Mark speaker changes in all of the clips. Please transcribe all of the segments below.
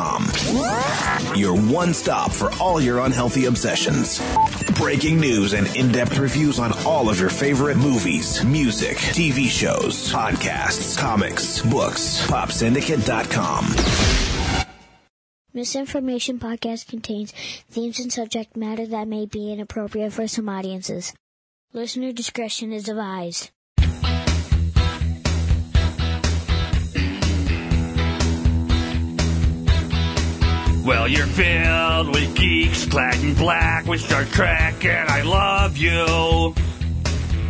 Speaker 1: popsyndicate.com. Your one stop for all your unhealthy obsessions. Breaking news and in depth reviews on all of your favorite movies, music, TV shows, podcasts, comics, books. Popsyndicate.com.
Speaker 2: Misinformation podcast contains themes and subject matter that may be inappropriate for some audiences. Listener discretion is advised.
Speaker 3: Well, you're filled with geeks, clad in black with Star Trek, and I love you.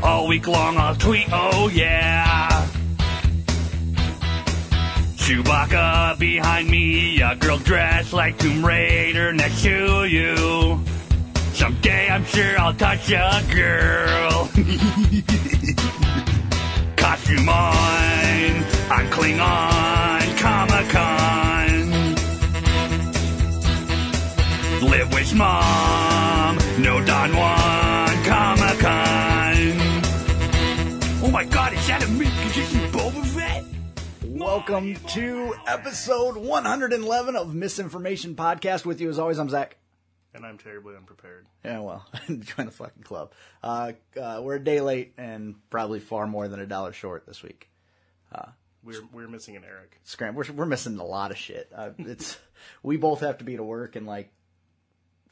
Speaker 3: All week long I'll tweet, oh yeah. Chewbacca behind me, a girl dressed like Tomb Raider next to you. Someday I'm sure I'll touch a girl. Costume on, I'm Klingon, Comic Con. Live with mom, no Don Juan, Comic Con. Oh my god, is that a mint condition Boba Fett?
Speaker 4: Welcome to episode 111 of Misinformation Podcast. With you, as always, I'm Zach.
Speaker 5: and I'm terribly unprepared.
Speaker 4: Yeah, well, join the fucking club. Uh, uh, we're a day late and probably far more than a dollar short this week. Uh,
Speaker 5: We're we're missing an Eric.
Speaker 4: Scram, we're, we're missing a lot of shit. Uh, it's we both have to be to work in like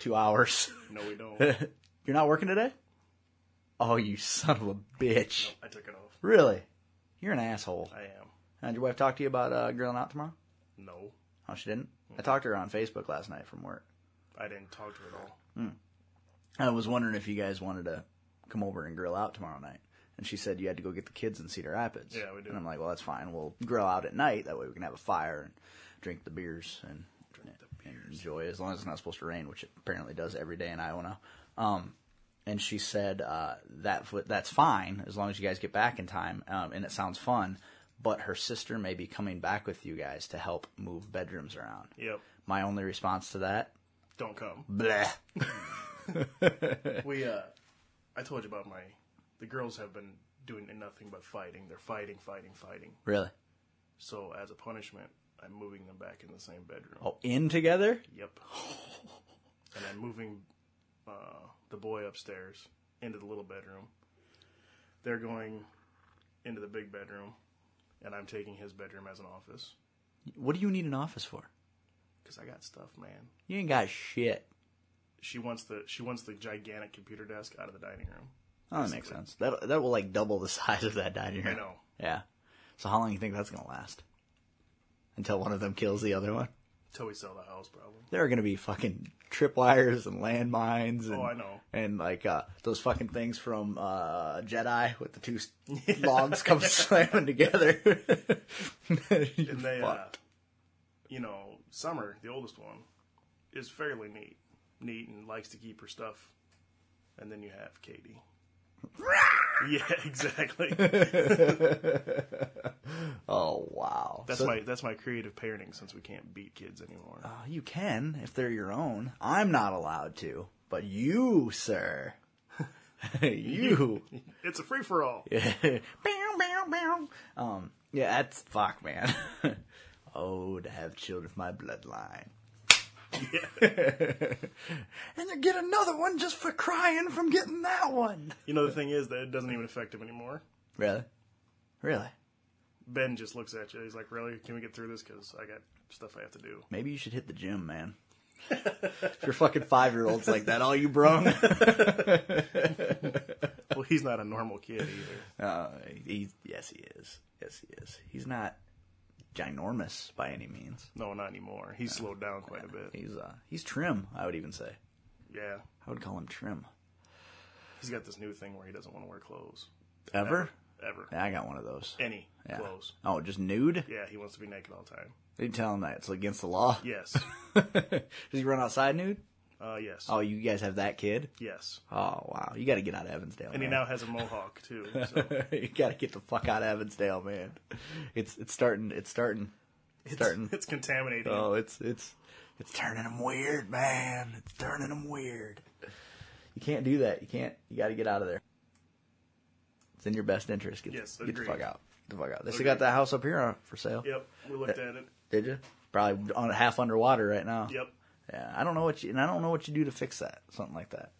Speaker 4: two hours.
Speaker 5: No, we don't. I
Speaker 4: You're not working today? Oh, you son of a bitch!
Speaker 5: took it off.
Speaker 4: Really? You're an asshole.
Speaker 5: I am.
Speaker 4: Uh, did your wife talk to you about uh, grilling out tomorrow?
Speaker 5: No,
Speaker 4: Oh, she didn't. I talked to her on Facebook last night from work.
Speaker 5: I didn't talk to her at all.
Speaker 4: I was wondering if you guys wanted to come over and grill out tomorrow night. And she said you had to go get the kids in Cedar Rapids.
Speaker 5: Yeah, we do.
Speaker 4: And I'm like, well, that's fine. We'll grill out at night. That way we can have a fire and drink the beers and, and enjoy as long as it's not supposed to rain, which it apparently does every day in Iowa now. Um, and she said uh, that fo- that's fine as long as you guys get back in time. Um, and it sounds fun. But her sister may be coming back with you guys to help move bedrooms around.
Speaker 5: Yep.
Speaker 4: My only response to that,
Speaker 5: Don't come.
Speaker 4: bleh.
Speaker 5: We uh, I told you about my. The girls have been doing nothing but fighting. They're fighting, fighting, fighting.
Speaker 4: Really?
Speaker 5: So as a punishment, I'm moving them back in the same bedroom.
Speaker 4: Oh, in together?
Speaker 5: Yep. and I'm moving uh, the boy upstairs into the little bedroom. They're going into the big bedroom, and I'm taking his bedroom as an office
Speaker 4: What do you need an office for?
Speaker 5: because I got stuff, man.
Speaker 4: You ain't got shit.
Speaker 5: she wants the she wants the gigantic computer desk out of the dining room.
Speaker 4: Oh, that makes sense. That that will like double the size of that dining room.
Speaker 5: I know.
Speaker 4: Yeah. So how long you think that's gonna last? Until one of them kills the other one.
Speaker 5: Till we sell the house, probably.
Speaker 4: There are gonna be fucking tripwires and landmines. And,
Speaker 5: Oh, I know.
Speaker 4: And like uh, those fucking things from uh, Jedi with the two s logs come slamming together.
Speaker 5: And they, uh,
Speaker 4: Fuck.
Speaker 5: you know, Summer, the oldest one, is fairly neat, neat, and likes to keep her stuff. And then you have Katie. yeah, exactly.
Speaker 4: oh wow.
Speaker 5: That's
Speaker 4: So-
Speaker 5: my that's my creative parenting since we can't beat kids anymore.
Speaker 4: Uh, you can if they're your own. I'm not allowed to, but you, sir, you.
Speaker 5: It's a free for all.
Speaker 4: Bow, bow, bow. um, yeah, that's fuck, man. oh, to have children of my bloodline. and then get another one just for crying from getting that one.
Speaker 5: You know the thing is that it doesn't even affect him anymore.
Speaker 4: Really? Really?
Speaker 5: Ben just looks at you. He's like, "Really? Can we get through this? Because I got stuff I have to do."
Speaker 4: Maybe you should hit the gym, man. if your fucking five year old's like that, all you brung.
Speaker 5: Well, he's not a normal kid either.
Speaker 4: Uh, he, yes, he is. Yes, he is. He's not ginormous by any means.
Speaker 5: No, not anymore. He's slowed down quite a bit.
Speaker 4: He's uh, he's trim. I would even say.
Speaker 5: Yeah.
Speaker 4: I would call him trim.
Speaker 5: He's got this new thing where he doesn't want to wear clothes.
Speaker 4: Ever?
Speaker 5: Ever.
Speaker 4: Yeah, I got one of those.
Speaker 5: Any
Speaker 4: Yeah.
Speaker 5: clothes.
Speaker 4: Oh, just nude?
Speaker 5: Yeah, he wants to be naked all the time.
Speaker 4: You tell him that it's against the law.
Speaker 5: Yes.
Speaker 4: Does he run outside nude?
Speaker 5: uh, yes.
Speaker 4: Oh, you guys have that kid?
Speaker 5: Yes.
Speaker 4: Oh wow, you got to get out of Evansdale.
Speaker 5: And he now
Speaker 4: man.
Speaker 5: has a mohawk, too. So
Speaker 4: you got to get the fuck out of Evansdale, man. It's it's starting. It's starting. It's starting.
Speaker 5: it's contaminating.
Speaker 4: Oh, it's it's it's turning them weird, man. It's turning them weird. You can't do that. You can't. You got to get out of there. It's in your best interest. Get,
Speaker 5: Yes,
Speaker 4: get the
Speaker 5: agreed.
Speaker 4: fuck out. Get the fuck out. They still
Speaker 5: Agreed.
Speaker 4: got that house up here on- for uh, sale.
Speaker 5: Yep, we looked at it.
Speaker 4: Did you? probably on, half underwater right now.
Speaker 5: Yep.
Speaker 4: Yeah, I don't know what you and I don't know what you do to fix that. Something like that.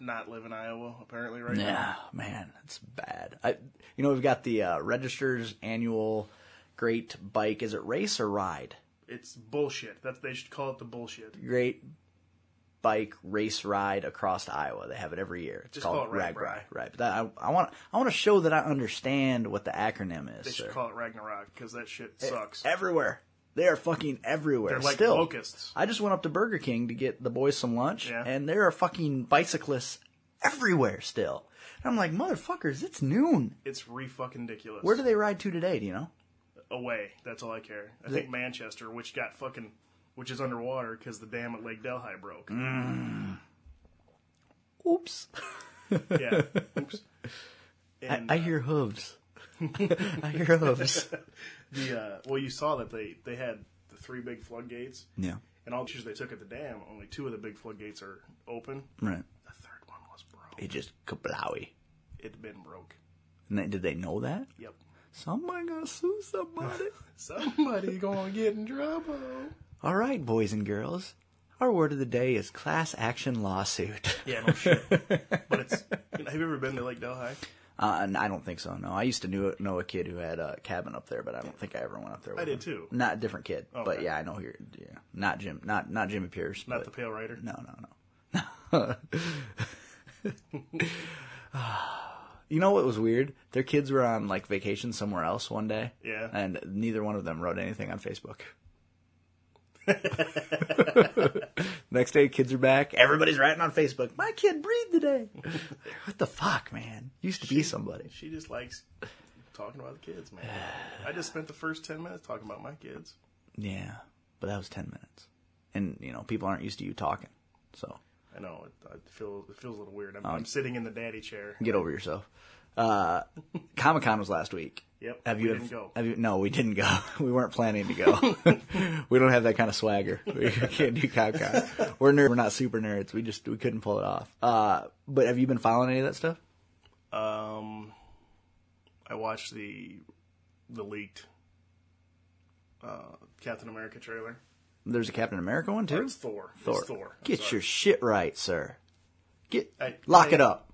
Speaker 5: Not live in Iowa apparently right now.
Speaker 4: Yeah, man, it's bad. I, you know, we've got the uh, Register's annual Great Bike. Is it race or ride?
Speaker 5: It's bullshit. That's they should call it the bullshit.
Speaker 4: Great Bike Race Ride across Iowa. They have it every year. It's
Speaker 5: Just
Speaker 4: called
Speaker 5: call it Rag
Speaker 4: Ragbri.
Speaker 5: Bri.
Speaker 4: Right, but that, I, I want I want to show that I understand what the acronym is.
Speaker 5: They should
Speaker 4: sir.
Speaker 5: call it Ragnarok because that shit
Speaker 4: Eh,
Speaker 5: sucks.
Speaker 4: everywhere. They are fucking everywhere.
Speaker 5: They're like
Speaker 4: Still,
Speaker 5: locusts.
Speaker 4: I just went up to Burger King to get the boys some lunch,
Speaker 5: Yeah.
Speaker 4: and there are fucking bicyclists everywhere still. And I'm like, motherfuckers, it's noon.
Speaker 5: It's re fucking ridiculous.
Speaker 4: Where do they ride to today? Do you know?
Speaker 5: away? That's all I care. I think Manchester, which got fucking, which is underwater because the dam at Lake Delhi broke.
Speaker 4: Mm. Oops.
Speaker 5: Yeah. Oops.
Speaker 4: I,
Speaker 5: And
Speaker 4: I hear hooves. I hear hooves.
Speaker 5: the uh, well, you saw that they they had the three big floodgates,
Speaker 4: Yeah.
Speaker 5: and all the pictures they took at the dam. Only two of the big floodgates are open.
Speaker 4: Right.
Speaker 5: The third one was broke.
Speaker 4: It just kablowy.
Speaker 5: It'd been broke.
Speaker 4: And they, did they know that?
Speaker 5: Yep.
Speaker 4: Somebody gonna sue somebody.
Speaker 5: Somebody gonna get in trouble.
Speaker 4: All right, boys and girls. Our word of the day is class action lawsuit.
Speaker 5: Yeah, no shit. but it's you know, have you ever been to Lake Delhi?
Speaker 4: Uh, and I don't think so. No, I used to knew, know a kid who had a cabin up there, but I don't think I ever went up there. With
Speaker 5: I did
Speaker 4: him.
Speaker 5: too.
Speaker 4: Not a different kid, but
Speaker 5: Okay.
Speaker 4: yeah, I know here. Yeah, not Jim, not not Jimmy Pierce.
Speaker 5: Not
Speaker 4: but-
Speaker 5: the Pale Rider.
Speaker 4: No, no, no. you know what was weird? Their kids were on like vacation somewhere else one day.
Speaker 5: Yeah.
Speaker 4: And neither one of them wrote anything on Facebook. Next day, kids are back. Everybody's writing on Facebook. My kid breathed today. what the fuck, man? Used to be somebody.
Speaker 5: She just likes talking about the kids, man. I just spent the first ten minutes talking about my kids.
Speaker 4: Yeah, but that was ten minutes, and you know people aren't used to you talking. So
Speaker 5: I know it, I feel it feels a little weird. I'm,
Speaker 4: Oh,
Speaker 5: I'm sitting in the daddy chair.
Speaker 4: get over yourself. Uh, Comic Con was last week.
Speaker 5: Yep,
Speaker 4: Have
Speaker 5: we
Speaker 4: you
Speaker 5: didn't go.
Speaker 4: Have you, no, we didn't go. We weren't planning to go. we don't have that kind of swagger. We can't do Comic Con. We're nerd. We're not super nerds. We just we couldn't pull it off. Uh, but have you been following any of that stuff?
Speaker 5: Um, I watched the the leaked uh, Captain America trailer.
Speaker 4: There's a Captain America one
Speaker 5: Or
Speaker 4: too.
Speaker 5: it's Thor.
Speaker 4: Thor.
Speaker 5: It's Thor. I'm
Speaker 4: Get
Speaker 5: sorry.
Speaker 4: your shit right, sir. Get
Speaker 5: I-
Speaker 4: lock
Speaker 5: I-
Speaker 4: it up.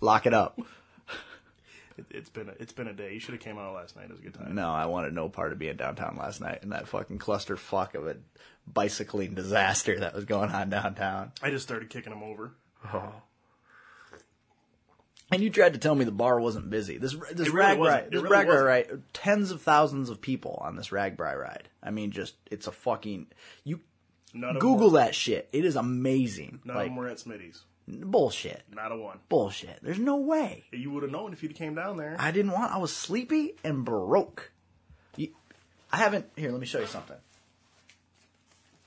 Speaker 4: Lock it up.
Speaker 5: It, it's been a, it's been a day. You should have came out last night. It was a good time.
Speaker 4: No, I wanted no part of being downtown last night and that fucking clusterfuck of a bicycling disaster that was going on downtown.
Speaker 5: I just started kicking him over.
Speaker 4: And you tried to tell me the bar wasn't busy. This this
Speaker 5: It really
Speaker 4: rag
Speaker 5: wasn't.
Speaker 4: ride,
Speaker 5: It
Speaker 4: this
Speaker 5: really
Speaker 4: rag
Speaker 5: wasn't.
Speaker 4: ride, tens of thousands of people on this rag ride. I mean, just it's a fucking you
Speaker 5: None of
Speaker 4: Google
Speaker 5: them,
Speaker 4: that shit. It is amazing.
Speaker 5: None of
Speaker 4: like
Speaker 5: them were at Smitty's.
Speaker 4: bullshit,
Speaker 5: Not a one.
Speaker 4: bullshit. There's no way.
Speaker 5: You would have known if you'd came down there.
Speaker 4: I didn't want. I was sleepy and broke. You, I haven't. Here, let me show you something.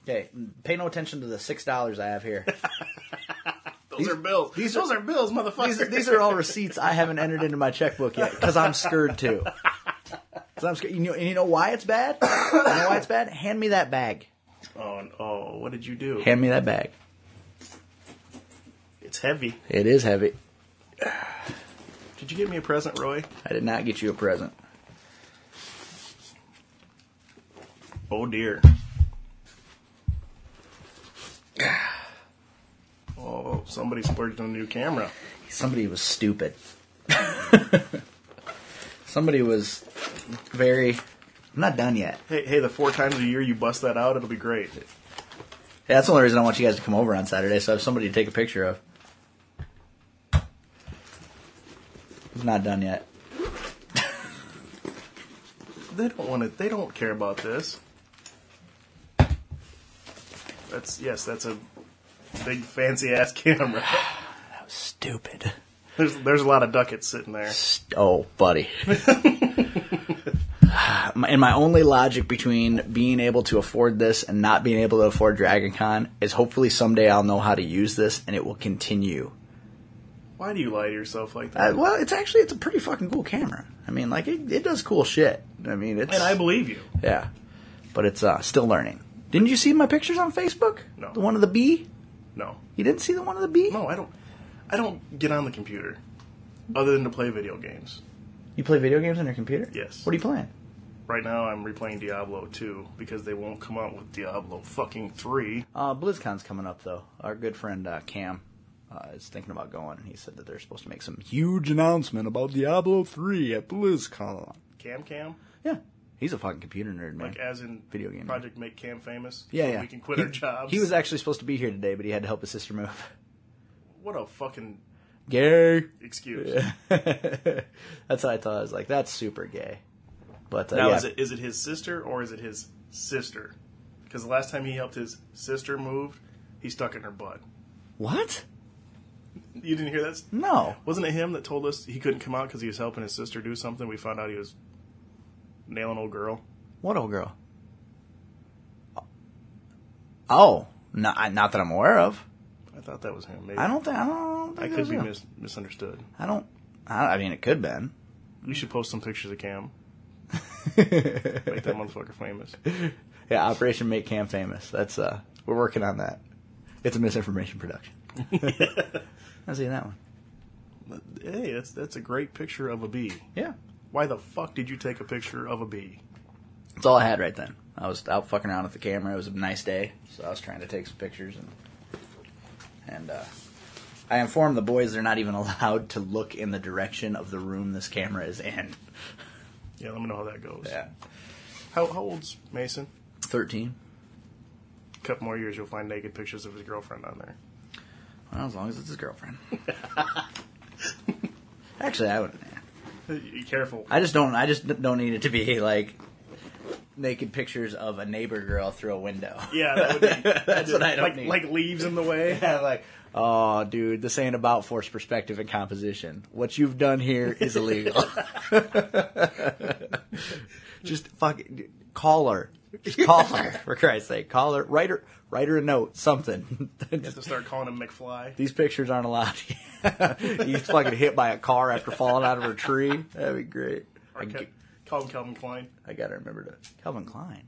Speaker 4: Okay, pay no attention to the six dollars I have here.
Speaker 5: those are bills.
Speaker 4: these
Speaker 5: those are, bills, motherfucker.
Speaker 4: these, these are all receipts I haven't entered into my checkbook yet because I'm scared too. 'Cause I'm scared. You know, and you know why it's bad? You know why it's bad? Hand me that bag.
Speaker 5: Oh, n- oh, what did you do?
Speaker 4: Hand me that bag.
Speaker 5: It's heavy.
Speaker 4: It is heavy.
Speaker 5: Did you get me a present, Roy?
Speaker 4: I did not get you a present.
Speaker 5: Oh dear. Oh, somebody splurged on a new camera.
Speaker 4: Somebody was stupid. Somebody was very. I'm not done yet.
Speaker 5: Hey, hey, the four times a year you bust that out, it'll be great.
Speaker 4: Yeah, that's the only reason I want you guys to come over on Saturday, so I have somebody to take a picture of. It's not done yet.
Speaker 5: They don't want to. They don't care about this. That's yes, that's a big fancy ass camera.
Speaker 4: Stupid.
Speaker 5: There's there's a lot of ducats sitting there.
Speaker 4: St- Oh, buddy. My- and my only logic between being able to afford this and not being able to afford Dragon Con is hopefully someday I'll know how to use this and it will continue.
Speaker 5: Why do you lie to yourself like that?
Speaker 4: Uh, well, it's actually it's a pretty fucking cool camera. I mean, like it, it does cool shit. I mean, it's
Speaker 5: And I believe you.
Speaker 4: yeah, but it's uh, still learning. Didn't you see my pictures on Facebook?
Speaker 5: No.
Speaker 4: The one of the bee.
Speaker 5: No,
Speaker 4: You didn't see the one of the bee?
Speaker 5: no, I don't. I don't get on the computer, other than to play video games.
Speaker 4: You play video games on your computer?
Speaker 5: Yes.
Speaker 4: What are you playing?
Speaker 5: Right now, I'm replaying Diablo 2 because they won't come out with Diablo fucking 3.
Speaker 4: Uh, BlizzCon's coming up though. Our good friend uh, Cam uh, is thinking about going, and he said that they're supposed to make some huge announcement about Diablo three at BlizzCon.
Speaker 5: Cam Cam?
Speaker 4: Yeah, he's a fucking computer nerd, man.
Speaker 5: Like, as in
Speaker 4: Video game.
Speaker 5: Project Make Cam Famous?
Speaker 4: yeah, yeah.
Speaker 5: We can quit
Speaker 4: he,
Speaker 5: our jobs.
Speaker 4: He was actually supposed to be here today, but he had to help his sister move.
Speaker 5: What a fucking
Speaker 4: Gay.
Speaker 5: excuse.
Speaker 4: that's what I thought. I was like, that's super gay. But uh,
Speaker 5: Now,
Speaker 4: yeah,
Speaker 5: is it is it his sister or is it his sister? Because the last time he helped his sister move, he stuck in her butt.
Speaker 4: what?
Speaker 5: You didn't hear that?
Speaker 4: No.
Speaker 5: Wasn't it him that told us he couldn't come out because he was helping his sister do something? We found out he was nailing old girl.
Speaker 4: What old girl? Oh, not not that I'm aware of.
Speaker 5: I thought that was him. Maybe.
Speaker 4: I don't think I don't. Think
Speaker 5: I
Speaker 4: it
Speaker 5: could
Speaker 4: was
Speaker 5: be
Speaker 4: him.
Speaker 5: mis- misunderstood.
Speaker 4: I don't. I, I mean, it could been.
Speaker 5: We should post some pictures of Cam. Make that motherfucker famous.
Speaker 4: Yeah, Operation Make Cam Famous. That's uh, we're working on that. It's a misinformation production. I see that one.
Speaker 5: Hey, that's that's a great picture of a bee.
Speaker 4: Yeah,
Speaker 5: Why the fuck did you take a picture of a bee?
Speaker 4: that's all I had right then. I was out fucking around with the camera. It was a nice day, so I was trying to take some pictures and and uh, I informed the boys they're not even allowed to look in the direction of the room this camera is in.
Speaker 5: Yeah, let me know how that goes. How, how old's Mason?
Speaker 4: thirteen.
Speaker 5: couple more years, you'll find naked pictures of his girlfriend on there.
Speaker 4: Well, as long as it's his girlfriend. Actually, I wouldn't.
Speaker 5: Be careful.
Speaker 4: I just don't. I just don't need it to be like naked pictures of a neighbor girl through a window.
Speaker 5: Yeah, that would be,
Speaker 4: that's what I don't
Speaker 5: like
Speaker 4: need.
Speaker 5: like leaves in the way.
Speaker 4: Yeah, like, oh, dude, this ain't about forced perspective and composition. What you've done here is illegal. just fuck, call her. Just call her for Christ's sake. Call her. Write her. Write her a note. Something.
Speaker 5: You have to start calling him McFly.
Speaker 4: These pictures aren't allowed. He's fucking hit by a car after falling out of a tree. That'd be great. I,
Speaker 5: Or Ke-
Speaker 4: g-
Speaker 5: call him Calvin Klein.
Speaker 4: I gotta remember to Calvin Klein.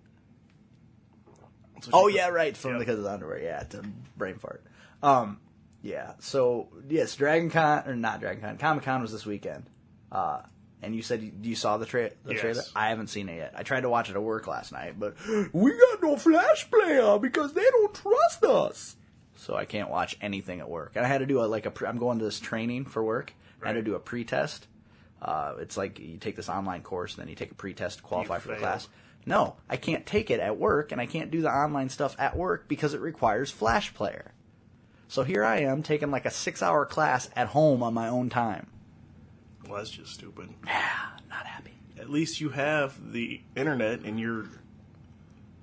Speaker 5: That's what
Speaker 4: Oh
Speaker 5: you-
Speaker 4: yeah, right. From
Speaker 5: Yeah.
Speaker 4: because of the underwear. Yeah, it's a brain fart. Um, yeah. So yes, Dragon Con or not Dragon Con, Comic Con was this weekend. Uh, and you said you, you saw the, tra- the
Speaker 5: Yes.
Speaker 4: trailer. I haven't seen it yet. I tried to watch it at work last night, but we got no Flash player because they don't trust us. So I can't watch anything at work. And I had to do a, like a. Pre- I'm going to this training for work. I had to
Speaker 5: Right.
Speaker 4: do a pre-test. Uh, it's like you take this online course and then you take a pre-test to qualify
Speaker 5: You
Speaker 4: for the
Speaker 5: fail.
Speaker 4: class. No, I can't take it at work, and I can't do the online stuff at work because it requires Flash Player. So here I am taking like a six-hour class at home on my own time.
Speaker 5: Well, that's just stupid.
Speaker 4: Not happy.
Speaker 5: At least you have the internet in your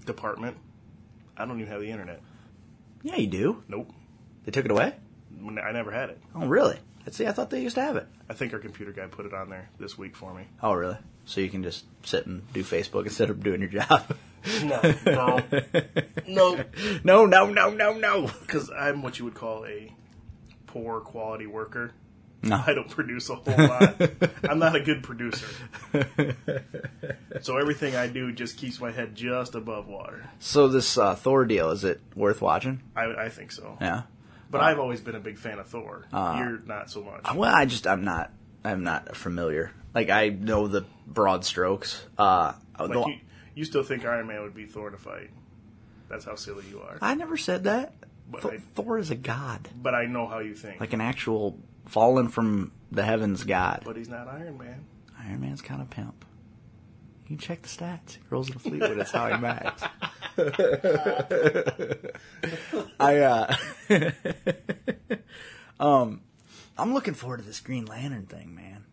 Speaker 5: department. I don't even have the internet.
Speaker 4: Yeah, you do.
Speaker 5: Nope.
Speaker 4: They took it away.
Speaker 5: N- I never had it.
Speaker 4: Oh, really? Let's see. I thought they used to have it.
Speaker 5: I think our computer guy put it on there this week for me.
Speaker 4: Oh, really? So you can just sit and do Facebook instead of doing your job.
Speaker 5: No, no, no.
Speaker 4: no, no, no, no, no.
Speaker 5: Because I'm what you would call a poor quality worker.
Speaker 4: No.
Speaker 5: I don't produce a whole lot. I'm not a good producer. So everything I do just keeps my head just above water.
Speaker 4: So this uh, Thor deal is it worth watching?
Speaker 5: I, I think so.
Speaker 4: Yeah.
Speaker 5: But I've always been a big fan of Thor. You're not so much.
Speaker 4: Well, I just I'm not I'm not familiar. Like I know the broad strokes. Uh,
Speaker 5: Like
Speaker 4: though-
Speaker 5: you, you still think Iron Man would be Thor in a fight. That's how silly you are.
Speaker 4: I never said that.
Speaker 5: But
Speaker 4: Th-
Speaker 5: I-
Speaker 4: Thor is a god,
Speaker 5: But I know how you think.
Speaker 4: like an actual fallen from the heavens god.
Speaker 5: but he's not Iron Man.
Speaker 4: Iron Man's kind of pimp. You can check the stats. Girls in the Fleetwood is how he max. I uh, um, I'm looking forward to this Green Lantern thing, man.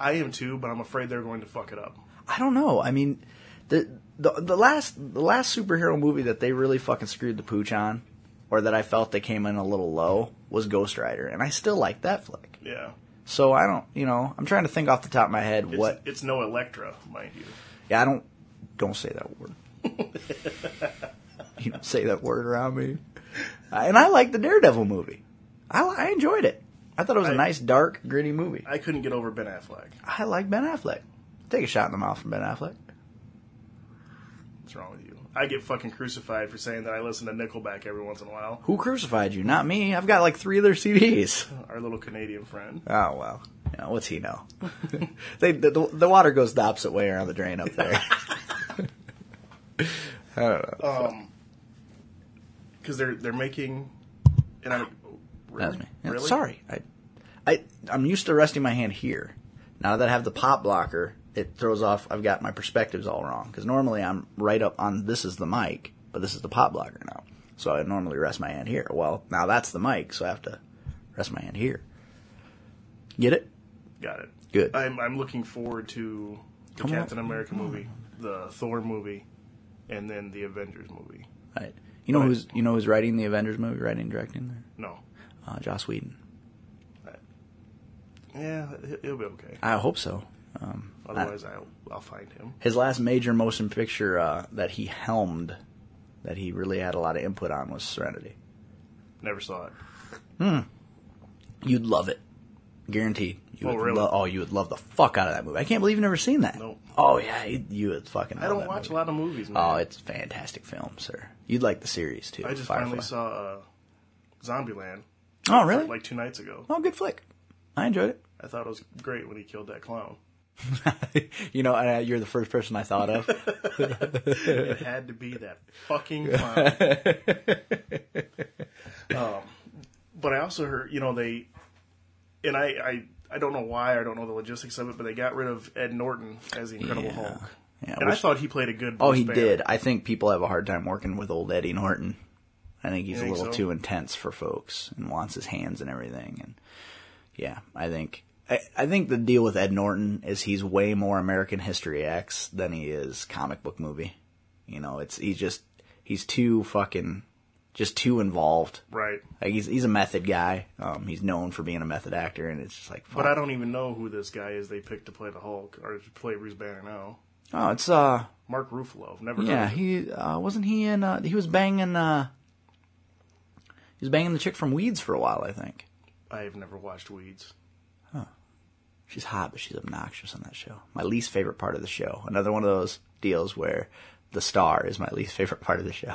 Speaker 5: I am too, but I'm afraid they're going to fuck it up.
Speaker 4: I don't know. I mean, the the the last the last superhero movie that they really fucking screwed the pooch on, or that I felt they came in a little low was Ghost Rider, and I still like that flick.
Speaker 5: Yeah.
Speaker 4: So I don't, you know, I'm trying to think off the top of my head
Speaker 5: It's,
Speaker 4: what.
Speaker 5: It's no Elektra, mind you.
Speaker 4: Yeah, I don't don't say that word. you don't say that word around me. Uh, And I like the Daredevil movie. I I enjoyed it. I thought it was a
Speaker 5: I-
Speaker 4: nice, dark, gritty movie.
Speaker 5: I couldn't get over Ben Affleck.
Speaker 4: I like Ben Affleck. Take a shot in the mouth from Ben Affleck.
Speaker 5: What's wrong with you? I get fucking crucified for saying that I listen to Nickelback every once in a while.
Speaker 4: Who crucified you? Not me. I've got like three of their CDs.
Speaker 5: Our little Canadian friend.
Speaker 4: Oh well. You know, what's he know? they the, the, the water goes the opposite way around the drain up there.
Speaker 5: because they're they're making. And I'm
Speaker 4: That was
Speaker 5: really,
Speaker 4: me. Yeah,
Speaker 5: really?
Speaker 4: Sorry, I, I, I'm used to resting my hand here. Now that I have the pop blocker, it throws off. I've got my perspectives all wrong because normally I'm right up on this is the mic, but this is the pop blocker now. So I normally rest my hand here. Well, now that's the mic, so I have to rest my hand here. Get it?
Speaker 5: Got it.
Speaker 4: Good.
Speaker 5: I'm I'm looking forward to the
Speaker 4: Come on.
Speaker 5: Captain America movie, the Thor movie, and then the Avengers movie.
Speaker 4: Right. You know who's you know who's writing the Avengers movie, writing and directing there?
Speaker 5: No.
Speaker 4: Uh, Joss Whedon.
Speaker 5: Yeah, it- it'll be okay.
Speaker 4: I hope so. Um,
Speaker 5: Otherwise, I'll I'll find him.
Speaker 4: his last major motion picture uh, that he helmed, that he really had a lot of input on, was Serenity.
Speaker 5: Never saw it.
Speaker 4: You'd love it, guaranteed. You
Speaker 5: Oh,
Speaker 4: would
Speaker 5: really?
Speaker 4: lo- oh, you would love the fuck out of that movie. I can't believe you've never seen that.
Speaker 5: Nope.
Speaker 4: Oh yeah, you, you would fucking.
Speaker 5: I don't watch a lot of movies. Man.
Speaker 4: Oh, it's a fantastic film, sir. You'd like the series too.
Speaker 5: I just
Speaker 4: Firefly.
Speaker 5: finally saw uh, Zombieland
Speaker 4: Oh really?
Speaker 5: like two nights ago.
Speaker 4: oh, good flick. I enjoyed it.
Speaker 5: I thought it was great when he killed that clown.
Speaker 4: you know, uh, you're the first person I thought of.
Speaker 5: It had to be that fucking clown. um, but I also heard, you know, they and I, I, I don't know why I don't know the logistics of it, but they got rid of Ed Norton as the Incredible
Speaker 4: Yeah.
Speaker 5: Hulk,
Speaker 4: Yeah,
Speaker 5: and I
Speaker 4: which-
Speaker 5: thought he played a good.
Speaker 4: oh,
Speaker 5: Bruce
Speaker 4: he
Speaker 5: Banner.
Speaker 4: did. I think people have a hard time working with old Eddie Norton. I think he's
Speaker 5: think
Speaker 4: a little
Speaker 5: so?
Speaker 4: too intense for folks and wants his hands and everything. And yeah, I think I, I think the deal with Ed Norton is he's way more American History X than he is comic book movie. You know, it's he's just he's too fucking just too involved.
Speaker 5: right?
Speaker 4: Like he's he's a method guy. Um, he's known for being a method actor, and it's just like.
Speaker 5: But I don't even know who this guy is they picked to play the Hulk or to play Bruce Banner now.
Speaker 4: Oh, it's uh.
Speaker 5: Mark Ruffalo, never. heard
Speaker 4: Yeah,
Speaker 5: of him.
Speaker 4: he uh, wasn't he in. Uh, he was banging. Uh, he was banging the chick from Weeds for a while, I think.
Speaker 5: I have never watched Weeds.
Speaker 4: She's hot, but she's obnoxious on that show. My least favorite part of the show. Another one of those deals where the star is my least favorite part of the show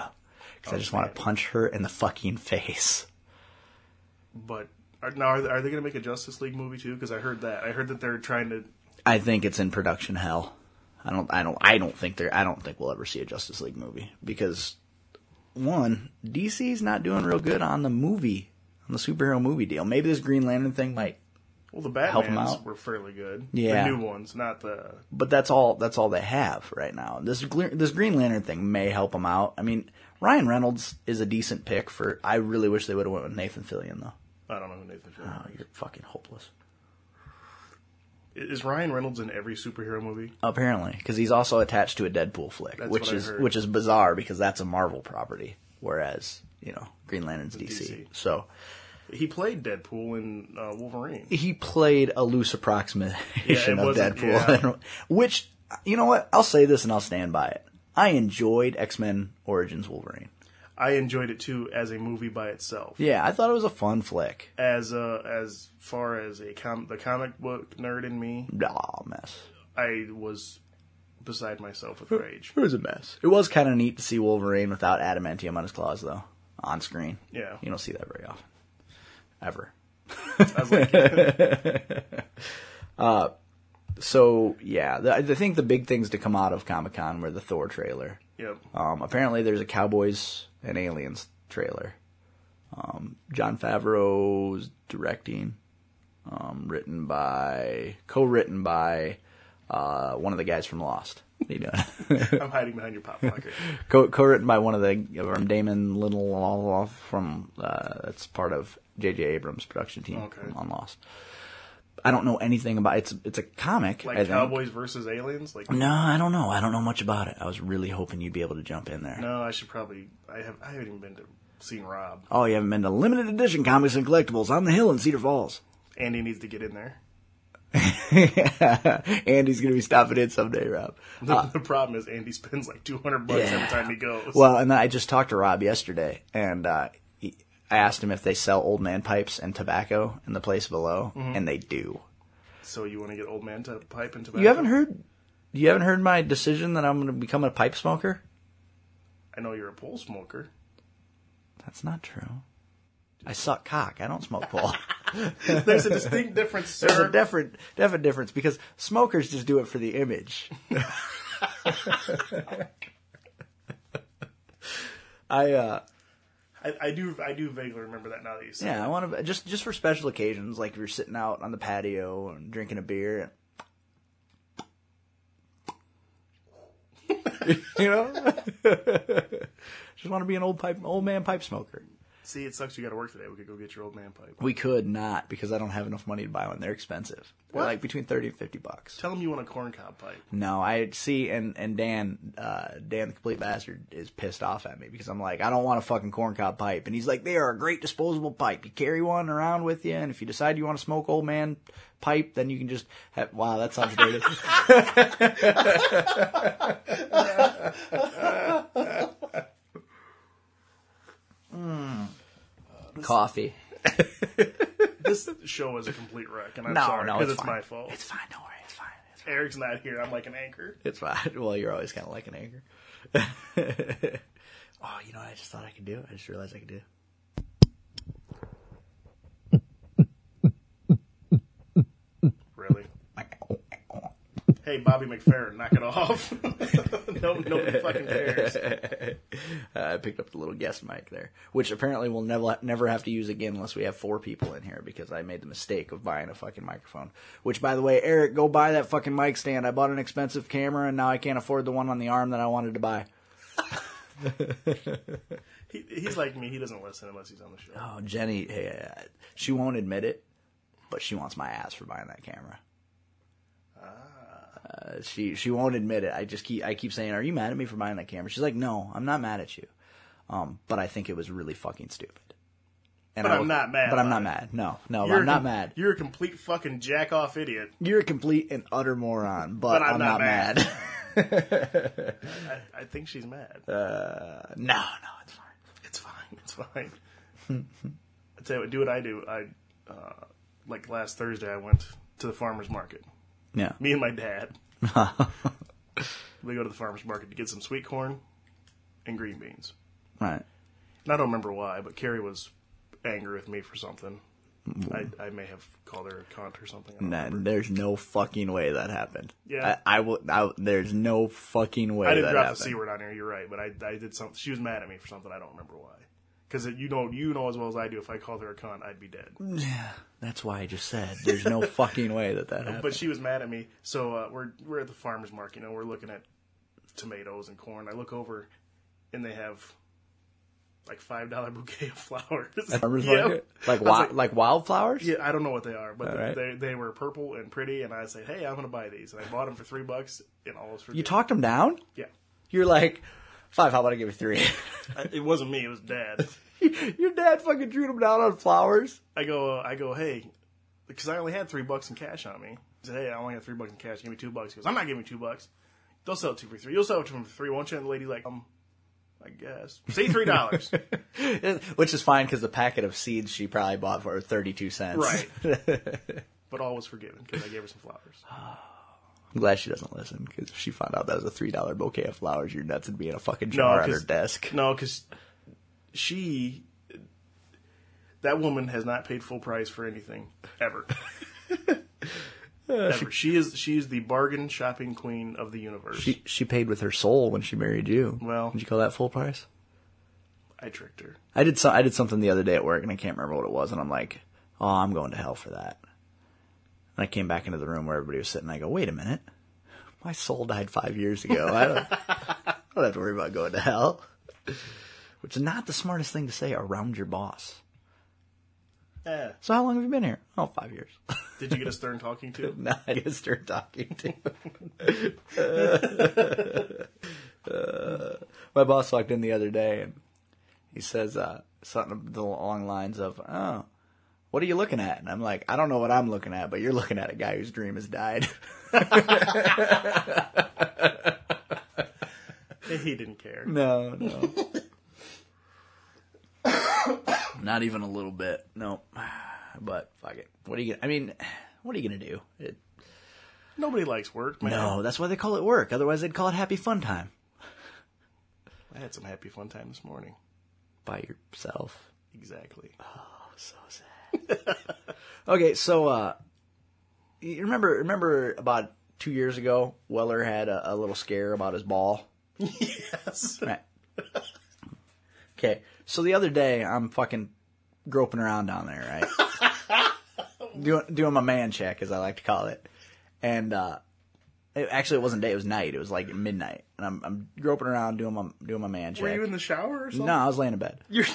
Speaker 4: because I just want to punch her in the fucking face.
Speaker 5: But are, now, are, are they going to make a Justice League movie too? Because I heard that. I heard that they're trying to.
Speaker 4: I think it's in production hell. I don't. I don't. I don't think there. I don't think we'll ever see a Justice League movie because one, DC's not doing real good on the movie, on the superhero movie deal. Maybe this Green Lantern thing might
Speaker 5: Well, the
Speaker 4: Help 'em
Speaker 5: Batmans
Speaker 4: out.
Speaker 5: were fairly good.
Speaker 4: Yeah.
Speaker 5: the new ones, not the
Speaker 4: but that's all that's all they have right now. This Gle- this Green Lantern thing may help him out. I mean, Ryan Reynolds is a decent pick for. I really wish they would have went with Nathan Fillion though.
Speaker 5: I don't know who Nathan Fillion
Speaker 4: Oh, you're fucking hopeless.
Speaker 5: is. Is Ryan Reynolds in every superhero movie?
Speaker 4: Apparently, because he's also attached to a Deadpool flick,
Speaker 5: That's
Speaker 4: which
Speaker 5: what I
Speaker 4: is
Speaker 5: heard.
Speaker 4: which is bizarre because that's a Marvel property, whereas you know Green Lantern's DC.
Speaker 5: DC.
Speaker 4: So
Speaker 5: He played Deadpool in uh, Wolverine.
Speaker 4: he played a loose approximation
Speaker 5: Yeah, it
Speaker 4: of
Speaker 5: wasn't-
Speaker 4: Deadpool,
Speaker 5: yeah.
Speaker 4: which you know what? I'll say this and I'll stand by it. I enjoyed X Men Origins Wolverine.
Speaker 5: I enjoyed it too as a movie by itself.
Speaker 4: Yeah, I thought it was a fun flick.
Speaker 5: As uh, as far as a com- the comic book nerd in me,
Speaker 4: Oh, mess.
Speaker 5: I was beside myself with rage.
Speaker 4: It was a mess. It was kind of neat to see Wolverine without adamantium on his claws, though, on screen.
Speaker 5: Yeah.
Speaker 4: You don't see that very often. Ever.
Speaker 5: I was like,
Speaker 4: Uh, So, yeah, the, I think the big things to come out of Comic Con were the Thor trailer.
Speaker 5: yep.
Speaker 4: Um, apparently, there's a Cowboys and Aliens trailer. Um, John Favreau's directing, um, written by, co-written by uh, one of the guys from Lost. What are you doing?
Speaker 5: I'm hiding behind your pop pocket.
Speaker 4: co written by one of the from Damon Lindelof from uh, that's part of J.J. Abrams' production team
Speaker 5: Okay.
Speaker 4: on Lost. I don't know anything about it's. It's a comic. I
Speaker 5: Like
Speaker 4: think.
Speaker 5: Cowboys versus Aliens. Like
Speaker 4: No, I don't know. I don't know much about it. I was really hoping you'd be able to jump in there.
Speaker 5: no, I should probably. I have. I haven't even been to seen Rob.
Speaker 4: Oh, you haven't been to limited edition comics and collectibles on the hill in Cedar Falls.
Speaker 5: Andy needs to get in there.
Speaker 4: Andy's gonna be stopping in someday, Rob. Uh,
Speaker 5: The, the problem is Andy spends like 200 bucks every time he goes.
Speaker 4: Well, and then I just talked to Rob yesterday, and uh, he, I asked him if they sell old man pipes and tobacco in the place below, and they do.
Speaker 5: so you want to get old man to pipe and tobacco?
Speaker 4: You haven't heard? You haven't heard my decision that I'm going to become a pipe smoker?
Speaker 5: I know you're a pole smoker.
Speaker 4: That's not true. I suck cock. I don't smoke pole.
Speaker 5: There's a distinct difference, sir.
Speaker 4: There's a different, definite difference because smokers just do it for the image. I uh
Speaker 5: I, I do I do vaguely remember that now that you say
Speaker 4: yeah, I want to just just for special occasions, like if you're sitting out on the patio and drinking a beer. you know, just want to be an old pipe, old man pipe smoker.
Speaker 5: it. See, it sucks you got to work today. We could go get your old man pipe.
Speaker 4: We could not because I don't have enough money to buy one. They're expensive. They're
Speaker 5: What?
Speaker 4: like between thirty and fifty bucks.
Speaker 5: Tell him you want a corn cob pipe.
Speaker 4: No, I see, and and Dan, uh, Dan the complete bastard is pissed off at me because I'm like, I don't want a fucking corncob pipe, and he's like, they are a great disposable pipe. You carry one around with you, and if you decide you want to smoke old man pipe, then you can just have, wow, that sounds dirty. Mm. Coffee.
Speaker 5: This show is a complete wreck, and I'm
Speaker 4: No,
Speaker 5: sorry
Speaker 4: no,
Speaker 5: because
Speaker 4: it's,
Speaker 5: it's,
Speaker 4: fine.
Speaker 5: my fault.
Speaker 4: It's fine. Don't worry. It's fine. It's fine.
Speaker 5: Eric's not here. I'm like an anchor.
Speaker 4: It's fine. Well, you're always kind of like an anchor. oh, you know what I just thought I could do? I just realized I could do.
Speaker 5: Really? Hey, Bobby McFerrin, knock it off. no, nobody fucking cares.
Speaker 4: I picked up the little guest mic there, which apparently we'll never never have to use again unless we have four people in here because I made the mistake of buying a fucking microphone. Which, by the way, Eric, go buy that fucking mic stand. I bought an expensive camera and now I can't afford the one on the arm that I wanted to buy.
Speaker 5: He, he's like me. He doesn't listen unless he's on the show.
Speaker 4: Oh, Jenny, eh, she won't admit it, but she wants my ass for buying that camera.
Speaker 5: Ah.
Speaker 4: Uh, she she won't admit it. I just keep I keep saying, "Are you mad at me for buying that camera?" She's like, "No, I'm not mad at you, um, but I think it was really fucking stupid." And
Speaker 5: But
Speaker 4: I
Speaker 5: I'm
Speaker 4: will-
Speaker 5: not mad
Speaker 4: But I'm
Speaker 5: about
Speaker 4: not mad. No, no,
Speaker 5: You're
Speaker 4: I'm
Speaker 5: a
Speaker 4: not
Speaker 5: com-
Speaker 4: mad.
Speaker 5: You're a complete fucking jack off idiot.
Speaker 4: You're a complete and utter moron, but,
Speaker 5: But I'm not
Speaker 4: mad.
Speaker 5: mad. I, I think she's mad.
Speaker 4: Uh, no, no, it's fine.
Speaker 5: It's fine. It's fine. I tell you what, do what I do. I uh, like last Thursday, I went to the farmers market.
Speaker 4: Yeah,
Speaker 5: Me and my dad. we go to the farmers market to get some sweet corn and green beans.
Speaker 4: right.
Speaker 5: And I don't remember why, but Carrie was angry with me for something. I, I may have called her a cunt or something. I don't
Speaker 4: Nah,
Speaker 5: remember.
Speaker 4: there's no fucking way that happened.
Speaker 5: Yeah.
Speaker 4: I, I will. I, there's no fucking way
Speaker 5: I didn't
Speaker 4: that
Speaker 5: drop
Speaker 4: happened.
Speaker 5: the c word on her. You're right, but I, I did something. She was mad at me for something. I don't remember why. Because you know, you know as well as I do. If I called her a cunt, I'd be dead.
Speaker 4: Mm. That's why I just said there's no fucking way that that happened.
Speaker 5: But she was mad at me. So uh, we're we're at the farmers market. You know, we're looking at tomatoes and corn. I look over, and they have like five dollar bouquet of flowers.
Speaker 4: Farmers
Speaker 5: Yep.
Speaker 4: market? Like,
Speaker 5: I was
Speaker 4: wi- like wildflowers?
Speaker 5: yeah, I don't know what they are, but
Speaker 4: All
Speaker 5: they,
Speaker 4: right.
Speaker 5: they they were purple and pretty. And I said, hey, I'm gonna buy these, and I bought them for three bucks. And all was for
Speaker 4: You talked them down?
Speaker 5: Yeah,
Speaker 4: You're like, five, how about I give you three?
Speaker 5: I- it wasn't me. It was Dad.
Speaker 4: Your dad fucking drew them down on flowers?
Speaker 5: I go, uh, I go, hey, because I only had three bucks in cash on me. I said, hey, I only had three bucks in cash. Give me two bucks. He goes, I'm not giving you two bucks. They'll sell it two for three. You'll sell it to them for three, won't you? And the lady's like, um, I guess. Say three dollars.
Speaker 4: Which is fine because the packet of seeds she probably bought for 32 cents.
Speaker 5: right. But all was forgiven because I gave her some flowers.
Speaker 4: I'm glad she doesn't listen because if she found out that was a $3 bouquet of flowers, your nuts would be in a fucking
Speaker 5: No,
Speaker 4: jar on her
Speaker 5: 'cause-
Speaker 4: desk.
Speaker 5: No, because she, that woman has not paid full price for anything ever. ever. She is she is the bargain shopping queen of the universe.
Speaker 4: She, she paid with her soul when she married you.
Speaker 5: Well-
Speaker 4: Would you call that full price?
Speaker 5: I tricked her.
Speaker 4: I did so, I did something the other day at work and I can't remember what it was and I'm like, "Oh, I'm going to hell for that." And I came back into the room where everybody was sitting. and I go, "Wait a minute. My soul died 5 years ago. I don't, I don't have to worry about going to hell." Which is not the smartest thing to say around your boss.
Speaker 5: Yeah.
Speaker 4: So how long have you been here? Oh, five years.
Speaker 5: Eh. Did you get a stern talking to?
Speaker 4: now I just start talking to. Uh, my boss walked in the other day and he says uh, something along the lines of, "Oh, what are you looking at?" And I'm like, "I don't know what I'm looking at, but you're looking at a guy whose dream has died."
Speaker 5: He didn't care.
Speaker 4: no, no. Not even a little bit. No. But fuck it. What are you gonna I mean, what are you gonna do? It,
Speaker 5: Nobody likes work, man.
Speaker 4: no, that's why they call it work. Otherwise they'd call it happy fun time.
Speaker 5: I had some happy fun time this morning.
Speaker 4: by yourself.
Speaker 5: Exactly.
Speaker 4: So sad. Okay, so uh, you remember remember about two years ago, Weller had a, a little scare about his ball.
Speaker 5: yes.
Speaker 4: Right. okay, so the other day I'm fucking groping around down there, right? doing doing my man check, as I like to call it, and uh, it, actually it wasn't day, it was night. It was like midnight, and I'm I'm groping around doing my doing my man check.
Speaker 5: Were you in the shower or something?
Speaker 4: no, I was laying in bed,
Speaker 5: You're,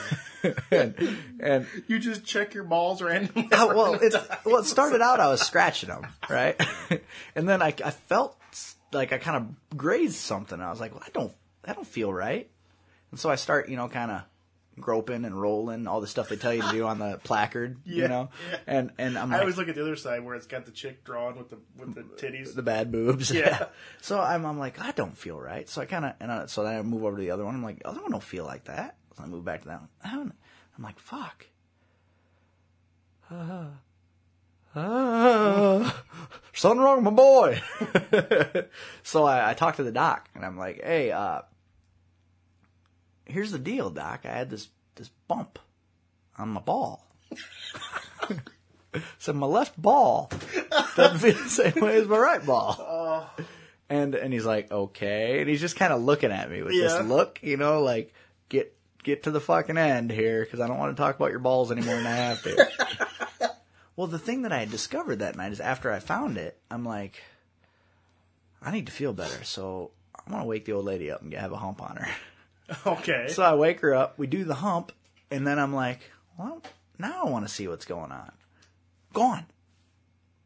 Speaker 4: and, and
Speaker 5: you just check your balls randomly.
Speaker 4: Oh, well, it's well. It started out I was scratching them, right, and then I, I felt like I kind of grazed something. I was like, well, I don't, I don't feel right, and so I start, you know, kind of groping and rolling, all the stuff they tell you to do on the placard, you
Speaker 5: Yeah,
Speaker 4: know, and and I'm
Speaker 5: I
Speaker 4: like,
Speaker 5: always look at the other side where it's got the chick drawn with the with the titties.
Speaker 4: the bad boobs,
Speaker 5: Yeah.
Speaker 4: so I'm I'm like, I don't feel right. So I kind of and I, so then I move over to the other one. I'm like, other one don't feel like that. So I move back to that one. I don't, I'm like, fuck. Ah, something wrong with my boy. so I, I talked to the doc and I'm like, hey, uh, here's the deal, doc. I had this, this bump on my ball. so my left ball doesn't feel the same way as my right ball. And, and he's like, okay. And he's just kind of looking at me with
Speaker 5: Yeah.
Speaker 4: this look, you know, like, get, get to the fucking end here because I don't want to talk about your balls anymore than I have to. Well, the thing that I had discovered that night is after I found it, I'm like, I need to feel better. So I'm going to wake the old lady up and get, have a hump on her.
Speaker 5: Okay.
Speaker 4: So I wake her up, we do the hump, and then I'm like, well, now I want to see what's going on. Gone.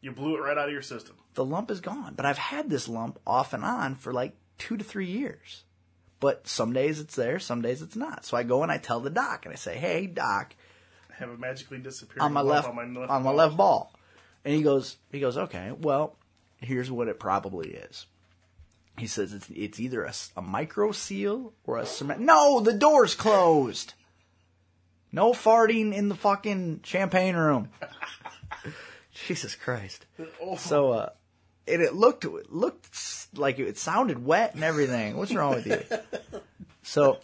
Speaker 5: you blew it right out of your system.
Speaker 4: The lump is gone. But I've had this lump off and on for like two to three years. But some days it's there, some days it's not. So I go and I tell the doc and I say, hey, doc,
Speaker 5: I have a magically disappearing
Speaker 4: on my
Speaker 5: lump
Speaker 4: left
Speaker 5: on my left
Speaker 4: on my
Speaker 5: ball.
Speaker 4: left ball. And he goes, he goes, okay, well, here's what it probably is. He says it's it's either a, s- a micro seal or a cement. No, the door's closed. No farting in the fucking champagne room. Jesus Christ.
Speaker 5: Oh.
Speaker 4: So, uh, and it looked it looked s- like it sounded wet and everything. What's wrong with you? So.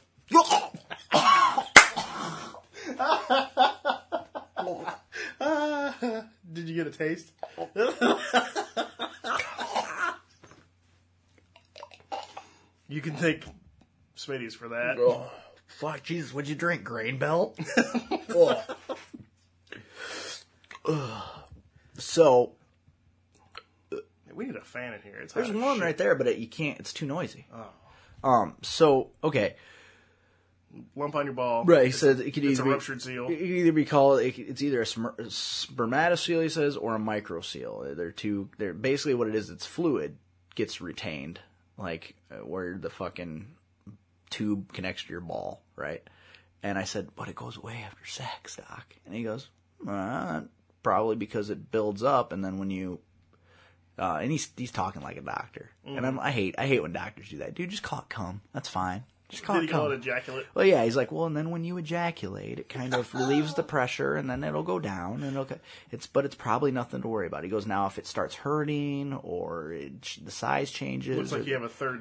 Speaker 5: Did you get a taste? you can thank Smitty's for that.
Speaker 4: Oh, fuck, Jesus, what'd you drink? Grain Belt? Ugh. Ugh. so,
Speaker 5: We need a fan in here. It's
Speaker 4: there's
Speaker 5: hot as
Speaker 4: one
Speaker 5: shit.
Speaker 4: right there, but it, you can't, it's too noisy. Um, so, okay.
Speaker 5: lump on your ball.
Speaker 4: Right, he said it could
Speaker 5: it's
Speaker 4: either
Speaker 5: a
Speaker 4: be-
Speaker 5: ruptured seal.
Speaker 4: It could either be called it, it's either a sperm- spermatocele, he says, or a microcele. They're two. They're basically what it is. It's fluid gets retained, like uh, where the fucking tube connects to your ball, right? And I said, but it goes away after sex, doc. And he goes, uh, probably because it builds up, and then when you uh, and he's he's talking like a doctor,
Speaker 5: Mm.
Speaker 4: and I'm, I hate I hate when doctors do that. Dude, just call it cum. That's fine. Just call
Speaker 5: Did he
Speaker 4: it cum.
Speaker 5: call it ejaculate?
Speaker 4: Well, yeah, he's like, well, and then when you ejaculate, it kind of relieves the pressure, and then it'll go down, and it'll, it's, but it's probably nothing to worry about. He goes, now if it starts hurting or it, the size changes,
Speaker 5: Looks
Speaker 4: or-
Speaker 5: like you have a third
Speaker 4: or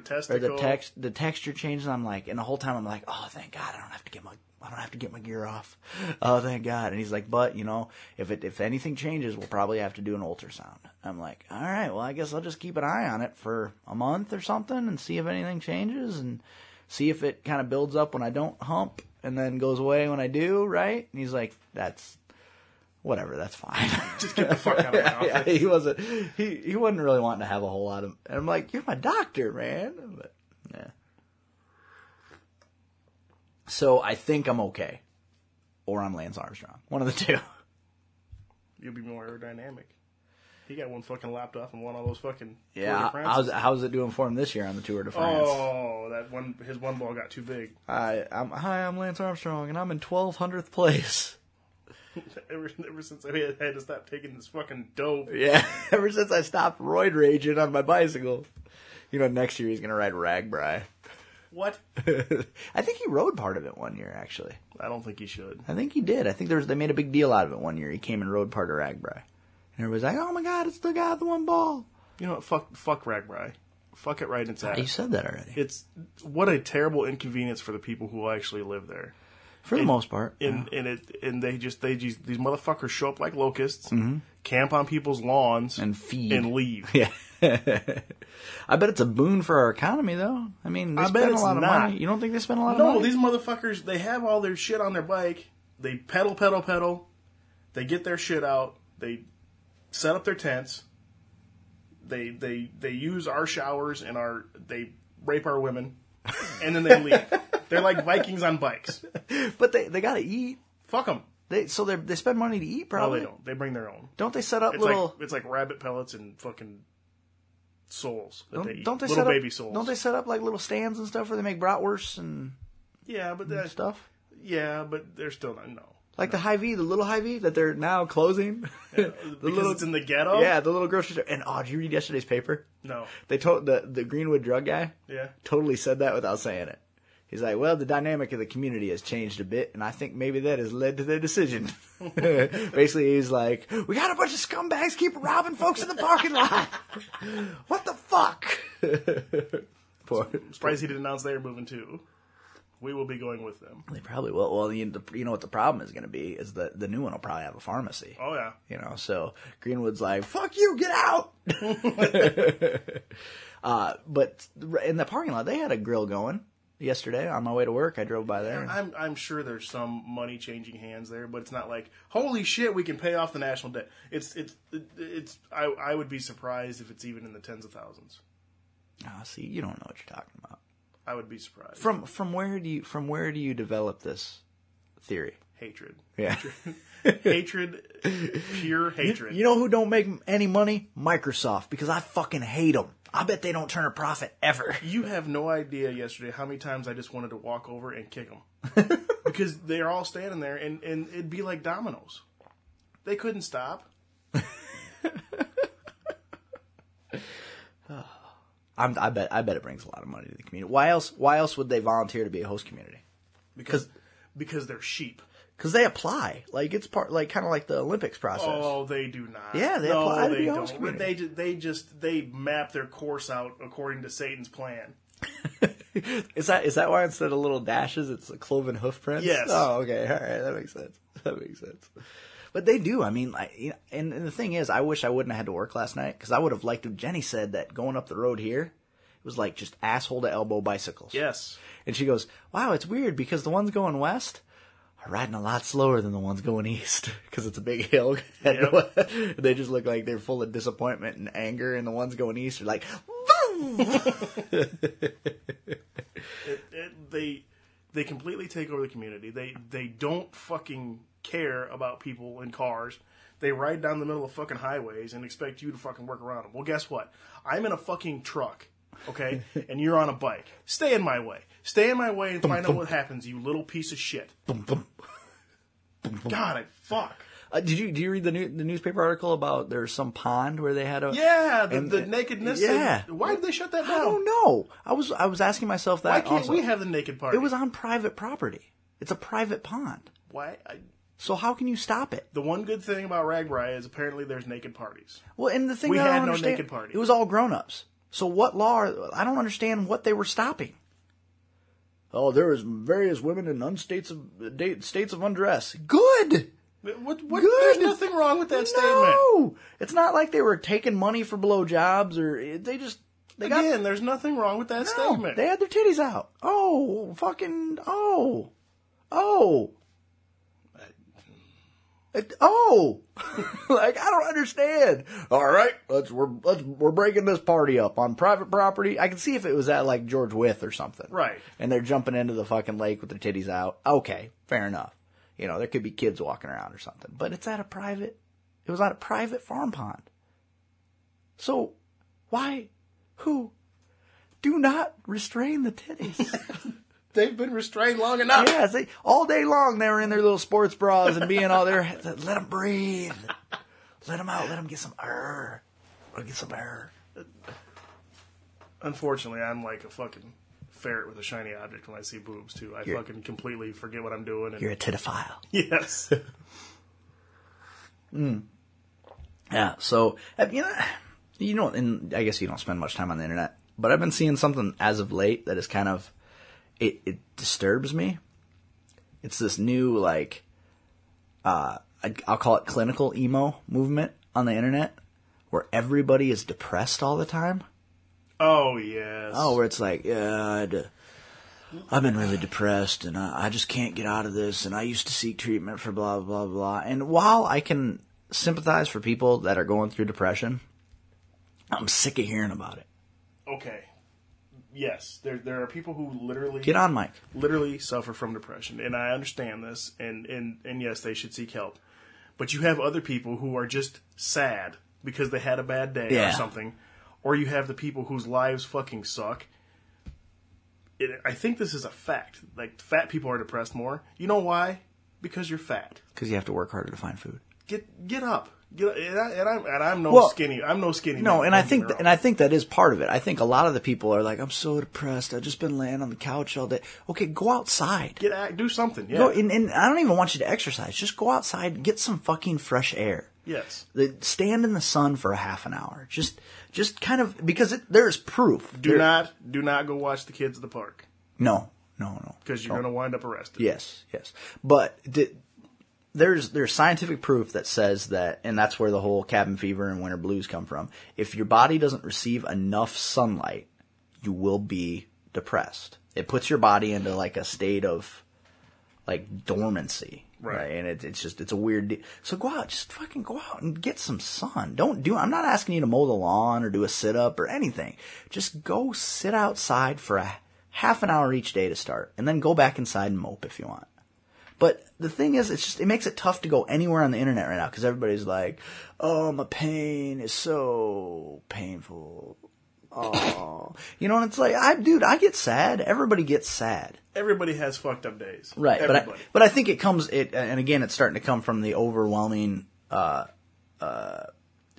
Speaker 4: the
Speaker 5: testicle.
Speaker 4: text the texture changes. I'm like, and the whole time I'm like, oh, thank God, I don't have to get my I don't have to get my gear off. Oh, thank God. And he's like, but you know, if it if anything changes, we'll probably have to do an ultrasound. I'm like, all right, well, I guess I'll just keep an eye on it for a month or something and see if anything changes and see if it kind of builds up when I don't hump and then goes away when I do, right? And he's like, that's whatever, that's fine.
Speaker 5: Just get the fuck out of my office.
Speaker 4: yeah, he wasn't he, he wasn't really wanting to have a whole lot of and I'm like, You're my doctor, man. But yeah. So I think I'm okay. Or I'm Lance Armstrong. One of the two.
Speaker 5: You'll be more aerodynamic. He got one fucking lapped off and won all those fucking. Tour
Speaker 4: Yeah.
Speaker 5: de France.
Speaker 4: How's how's it doing for him this year on the Tour de France?
Speaker 5: Oh, that one. His one ball got too big.
Speaker 4: I, I'm hi, I'm Lance Armstrong and I'm in twelve hundredth place.
Speaker 5: Ever, ever since I had, had to stop taking this fucking dope.
Speaker 4: Yeah. Ever since I stopped roid raging on my bicycle. You know, next year he's gonna ride Ragbri.
Speaker 5: What?
Speaker 4: I think he rode part of it one year actually.
Speaker 5: I don't think he should.
Speaker 4: I think he did. I think there was, they made a big deal out of it one year. He came and rode part of Ragbri. And everybody's like, oh my god, it's the guy with the one ball.
Speaker 5: You know what? Fuck, fuck Ragbri. Fuck it right in its
Speaker 4: You
Speaker 5: ass.
Speaker 4: said that already.
Speaker 5: It's what a terrible inconvenience for the people who actually live there.
Speaker 4: For the most part.
Speaker 5: and and it and they just they just these motherfuckers show up like locusts, camp on people's lawns,
Speaker 4: Mm-hmm. And feed.
Speaker 5: and leave.
Speaker 4: Yeah. I bet it's a boon for our economy, though. I mean, they
Speaker 5: I bet
Speaker 4: spend a
Speaker 5: it's
Speaker 4: lot of
Speaker 5: not.
Speaker 4: money. You don't think they spend a lot of
Speaker 5: No,
Speaker 4: money?
Speaker 5: these motherfuckers they have all their shit on their bike. They pedal, pedal, pedal. They get their shit out. They set up their tents. They they they use our showers and our they rape our women, and then they leave. They're like Vikings on bikes.
Speaker 4: but they they gotta eat.
Speaker 5: Fuck them.
Speaker 4: They so they they spend money to eat.
Speaker 5: No,
Speaker 4: Probably
Speaker 5: they don't. They bring their own.
Speaker 4: Don't they set up
Speaker 5: It's
Speaker 4: little?
Speaker 5: like it's like rabbit pellets and fucking souls. That
Speaker 4: don't,
Speaker 5: they eat.
Speaker 4: don't they
Speaker 5: little
Speaker 4: set up,
Speaker 5: baby souls?
Speaker 4: Don't they set up like little stands and stuff where they make bratwursts and
Speaker 5: Yeah, but that
Speaker 4: stuff?
Speaker 5: Yeah, but they're still not. No,
Speaker 4: Like the high V, the little high V that they're now closing. the
Speaker 5: because it's in the ghetto.
Speaker 4: yeah, the little grocery store. And oh, did you read yesterday's paper?
Speaker 5: No.
Speaker 4: They told the the Greenwood drug guy.
Speaker 5: Yeah.
Speaker 4: totally said that without saying it. He's like, well, the dynamic of the community has changed a bit, and I think maybe that has led to their decision. Basically, he's like, we got a bunch of scumbags keep robbing folks in the parking lot. what the fuck? Poor.
Speaker 5: Surprised he didn't announce they were moving too. We will be going with them.
Speaker 4: They probably will. Well, you the- you know what the problem is going to be is that the new one will probably have a pharmacy.
Speaker 5: Oh yeah.
Speaker 4: You know, so Greenwood's like, "Fuck you, get out." uh, but in the parking lot, they had a grill going yesterday. On my way to work, I drove by there. and-
Speaker 5: I'm I'm sure there's some money changing hands there, but it's not like holy shit we can pay off the national debt. It's it's it's I I would be surprised if it's even in the tens of thousands.
Speaker 4: Ah, see, you don't know what you're talking about.
Speaker 5: I would be surprised.
Speaker 4: From from where do you from where do you develop this theory?
Speaker 5: hatred,
Speaker 4: Yeah.
Speaker 5: hatred, pure hatred.
Speaker 4: You know who don't make any money? Microsoft, because I fucking hate them. I bet they don't turn a profit ever.
Speaker 5: You have no idea yesterday how many times I just wanted to walk over and kick them because they're all standing there and, and it'd be like dominoes. They couldn't stop.
Speaker 4: I'm, I bet I bet it brings a lot of money to the community. Why else Why else would they volunteer to be a host community?
Speaker 5: because because they're sheep.
Speaker 4: Because they apply. Like it's part like kind of like the Olympics process.
Speaker 5: Oh, they do not.
Speaker 4: Yeah, they
Speaker 5: no,
Speaker 4: apply to
Speaker 5: they
Speaker 4: the host
Speaker 5: don't. But
Speaker 4: community.
Speaker 5: they ju- they just they map their course out according to Satan's plan.
Speaker 4: Is that is that why instead of little dashes, it's a cloven hoof prints?
Speaker 5: Yes.
Speaker 4: Oh, okay. All right. That makes sense. That makes sense. But they do. I mean, I, you know, and, and the thing is, I wish I wouldn't have had to work last night because I would have liked. what Jenny said that going up the road here, it was like just asshole to elbow bicycles.
Speaker 5: Yes,
Speaker 4: And she goes, "Wow, it's weird because the ones going west." Are riding a lot slower than the ones going east because it's a big hill.
Speaker 5: Yep.
Speaker 4: they just look like they're full of disappointment and anger, and the ones going east are like,
Speaker 5: It- they they completely take over the community. They they don't fucking care about people and cars. They ride down the middle of fucking highways and expect you to fucking work around them. Well, guess what? I'm in a fucking truck, okay, and you're on a bike. Stay in my way. Stay in my way and find out what happens, you little piece of shit.
Speaker 4: "Boom, boom."
Speaker 5: God, I fuck.
Speaker 4: Uh, did you do you read the new the newspaper article about there's some pond where they had a
Speaker 5: Yeah, the,
Speaker 4: Uh, And-
Speaker 5: the nakedness.
Speaker 4: yeah.
Speaker 5: and- why did they shut that
Speaker 4: I
Speaker 5: down?
Speaker 4: don't know. I was I was asking myself that.
Speaker 5: Why can't
Speaker 4: also.
Speaker 5: we have the naked party?
Speaker 4: It was on private property. It's a private pond.
Speaker 5: why. I,
Speaker 4: So how can you stop it?
Speaker 5: the one good thing about Rag Riot is apparently there's naked parties.
Speaker 4: Well, and the thing
Speaker 5: We
Speaker 4: that I
Speaker 5: had
Speaker 4: don't
Speaker 5: no
Speaker 4: understand,
Speaker 5: naked party.
Speaker 4: It was all grown ups. So what law? are- I don't understand what they were stopping. Oh, there was various women in unstates of da- states of undress. Good.
Speaker 5: What, what,
Speaker 4: Good.
Speaker 5: There's nothing wrong with that
Speaker 4: no!
Speaker 5: statement.
Speaker 4: it's not like they were taking money for blowjobs or they just they got
Speaker 5: Again, there's nothing wrong with that
Speaker 4: No,
Speaker 5: statement.
Speaker 4: They had their titties out. Oh, fucking, oh, oh, It- oh. like I don't understand. All right, let's we're let's we're breaking this party up on private property. I can see if it was at like George Wythe or something,
Speaker 5: Right.
Speaker 4: And they're jumping into the fucking lake with their titties out. Okay, fair enough. You know, there could be kids walking around or something, but it's at a private. It was at a private farm pond. So, why, who, do not restrain the titties.
Speaker 5: They've been restrained long enough.
Speaker 4: yes, they, all day long they were in their little sports bras and being all there. Let them breathe. Let them out. Let them get some air. Let 'em get some air.
Speaker 5: Unfortunately, I'm like a fucking ferret with a shiny object when I see boobs too. I
Speaker 4: You're-
Speaker 5: fucking completely forget what I'm doing. And
Speaker 4: You're a titophile.
Speaker 5: yes,
Speaker 4: Yeah. So uh, you know, you don't, and I guess you don't spend much time on the internet, but I've been seeing something as of late that is kind of it. It disturbs me. It's this new like, uh, I- I'll call it clinical emo movement on the internet, where everybody is depressed all the time.
Speaker 5: Oh yes.
Speaker 4: Oh, where it's like, yeah, I d- I've been really depressed and I, I just can't get out of this and I used to seek treatment for blah, blah, blah. And while I can sympathize for people that are going through depression, I'm sick of hearing about it.
Speaker 5: okay. Yes, there there are people who literally
Speaker 4: Get on, Mike.
Speaker 5: literally suffer from depression, and I understand this, and and and yes, they should seek help. But you have other people who are just sad because they had a bad day
Speaker 4: Yeah.
Speaker 5: or something, or you have the people whose lives fucking suck. It, I think this is a fact. Like fat people are depressed more. You know why? Because you're fat.
Speaker 4: Because you have to work harder to find food.
Speaker 5: Get get up. Get, and, I, and I'm and I'm no
Speaker 4: Well,
Speaker 5: skinny. I'm no skinny.
Speaker 4: No,
Speaker 5: man,
Speaker 4: and I
Speaker 5: don't get me
Speaker 4: think
Speaker 5: wrong.
Speaker 4: and I think that is part of it. I think a lot of the people are like, I'm so depressed. I've just been laying on the couch all day. Okay, go outside.
Speaker 5: get act, do something. Yeah.
Speaker 4: Go and, and I don't even want you to exercise. Just go outside, and get some fucking fresh air.
Speaker 5: yes.
Speaker 4: the, stand in the sun for a half an hour. Just, just kind of because it, there's proof.
Speaker 5: Do
Speaker 4: There-
Speaker 5: not do not go watch the kids at the park
Speaker 4: No, no, no.
Speaker 5: because you're going to wind up arrested.
Speaker 4: Yes, yes. But th- there's there's scientific proof that says that, and that's where the whole cabin fever and winter blues come from. If your body doesn't receive enough sunlight, you will be depressed. It puts your body into like a state of like dormancy.
Speaker 5: Right.
Speaker 4: And it, it's just, it's a weird de- So go out, just fucking go out and get some sun. Don't do, I'm not asking you to mow the lawn or do a sit up or anything. Just go sit outside for a half an hour each day to start and then go back inside and mope if you want. But the thing is, it's just, it makes it tough to go anywhere on the internet right now because everybody's like, oh, my pain is so painful. Oh, you know, and it's like, I, dude, I get sad. Everybody gets sad.
Speaker 5: Everybody has fucked up days.
Speaker 4: Right, but I,
Speaker 5: Everybody.
Speaker 4: but I think it comes it, and again, it's starting to come from the overwhelming uh, uh,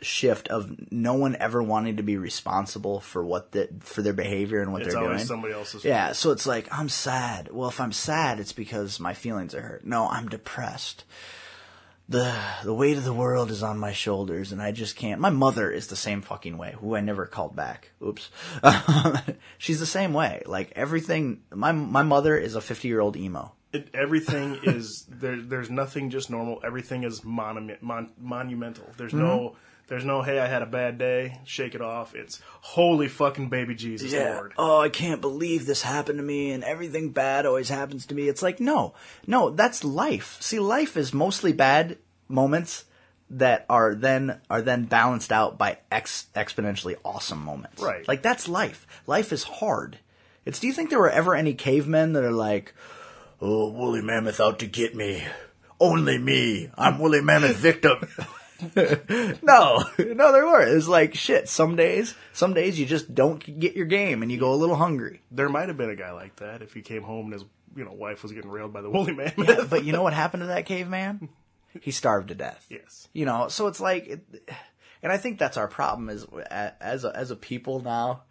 Speaker 4: shift of no one ever wanting to be responsible for what the, for their behavior and what
Speaker 5: it's
Speaker 4: they're
Speaker 5: always
Speaker 4: doing.
Speaker 5: somebody else's.
Speaker 4: Yeah, so it's like I'm sad. Well, if I'm sad, it's because my feelings are hurt. No, I'm depressed. The the weight of the world is on my shoulders and I just can't. My mother is the same fucking way, who I never called back. Oops. She's the same way. Like everything my my mother is a 50-year-old emo.
Speaker 5: It, everything is there. There's nothing just normal. Everything is monument, mon, monumental. There's
Speaker 4: Mm-hmm.
Speaker 5: no. There's no. Hey, I had a bad day. Shake it off. It's holy fucking baby Jesus Lord.
Speaker 4: Oh, I can't believe this happened to me and everything bad always happens to me. It's like, no, no, that's life. See, life is mostly bad moments that are then are then balanced out by ex- exponentially awesome moments.
Speaker 5: Right.
Speaker 4: Like that's life. Life is hard. It's do you think there were ever any cavemen that are like, Oh, woolly mammoth out to get me. Only me. I'm woolly mammoth victim. No, no, there were. It was like shit. Some days, some days you just don't get your game, and you go a little hungry.
Speaker 5: There might have been a guy like that if he came home and his you know wife was getting railed by the woolly mammoth.
Speaker 4: But you know what happened to that caveman? He starved to death.
Speaker 5: Yes.
Speaker 4: You know, so it's like, it- and I think that's our problem is as a, as a people now,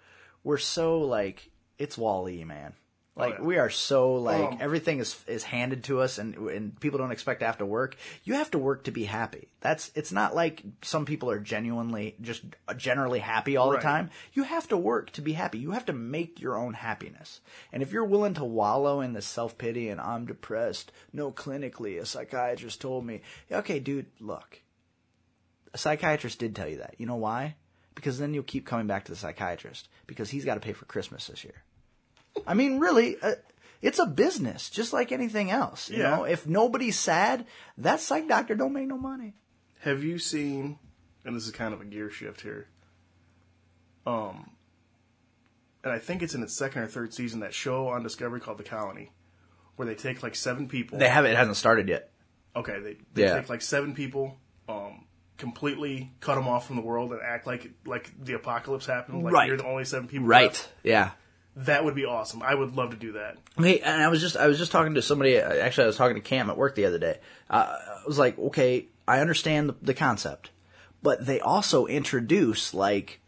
Speaker 4: we're so like it's Wall-E, man. Like
Speaker 5: Oh, yeah.
Speaker 4: we are so like
Speaker 5: Um,
Speaker 4: everything is is handed to us, and and people don't expect to have to work. You have to work to be happy. That's it's not like some people are genuinely just generally happy all the
Speaker 5: Right.
Speaker 4: time. You have to work to be happy. You have to make your own happiness. And if you're willing to wallow in the self pity and I'm depressed, no, clinically, a psychiatrist told me, okay, dude, look, a psychiatrist did tell you that. You know why? Because then you'll keep coming back to the psychiatrist because he's got to pay for Christmas this year. I mean, really, uh, it's a business, just like anything else. You
Speaker 5: Yeah.
Speaker 4: know, if nobody's sad, that psych doctor don't make no money.
Speaker 5: Have you seen? And this is kind of a gear shift here. Um, and I think it's in its second or third season that show on Discovery called The Colony, where they take like seven people.
Speaker 4: haven't. It hasn't started yet.
Speaker 5: okay, they, they
Speaker 4: Yeah.
Speaker 5: take like seven people, um, completely cut them off from the world and act like like the apocalypse happened. Like
Speaker 4: Right.
Speaker 5: you're the only seven people. left.
Speaker 4: Yeah.
Speaker 5: That would be awesome. I would love to do that.
Speaker 4: Hey, and I was just I was just talking to somebody. uh, Actually, I was talking to Cam at work the other day. Uh, I was like, okay, I understand the, the concept, but they also introduce like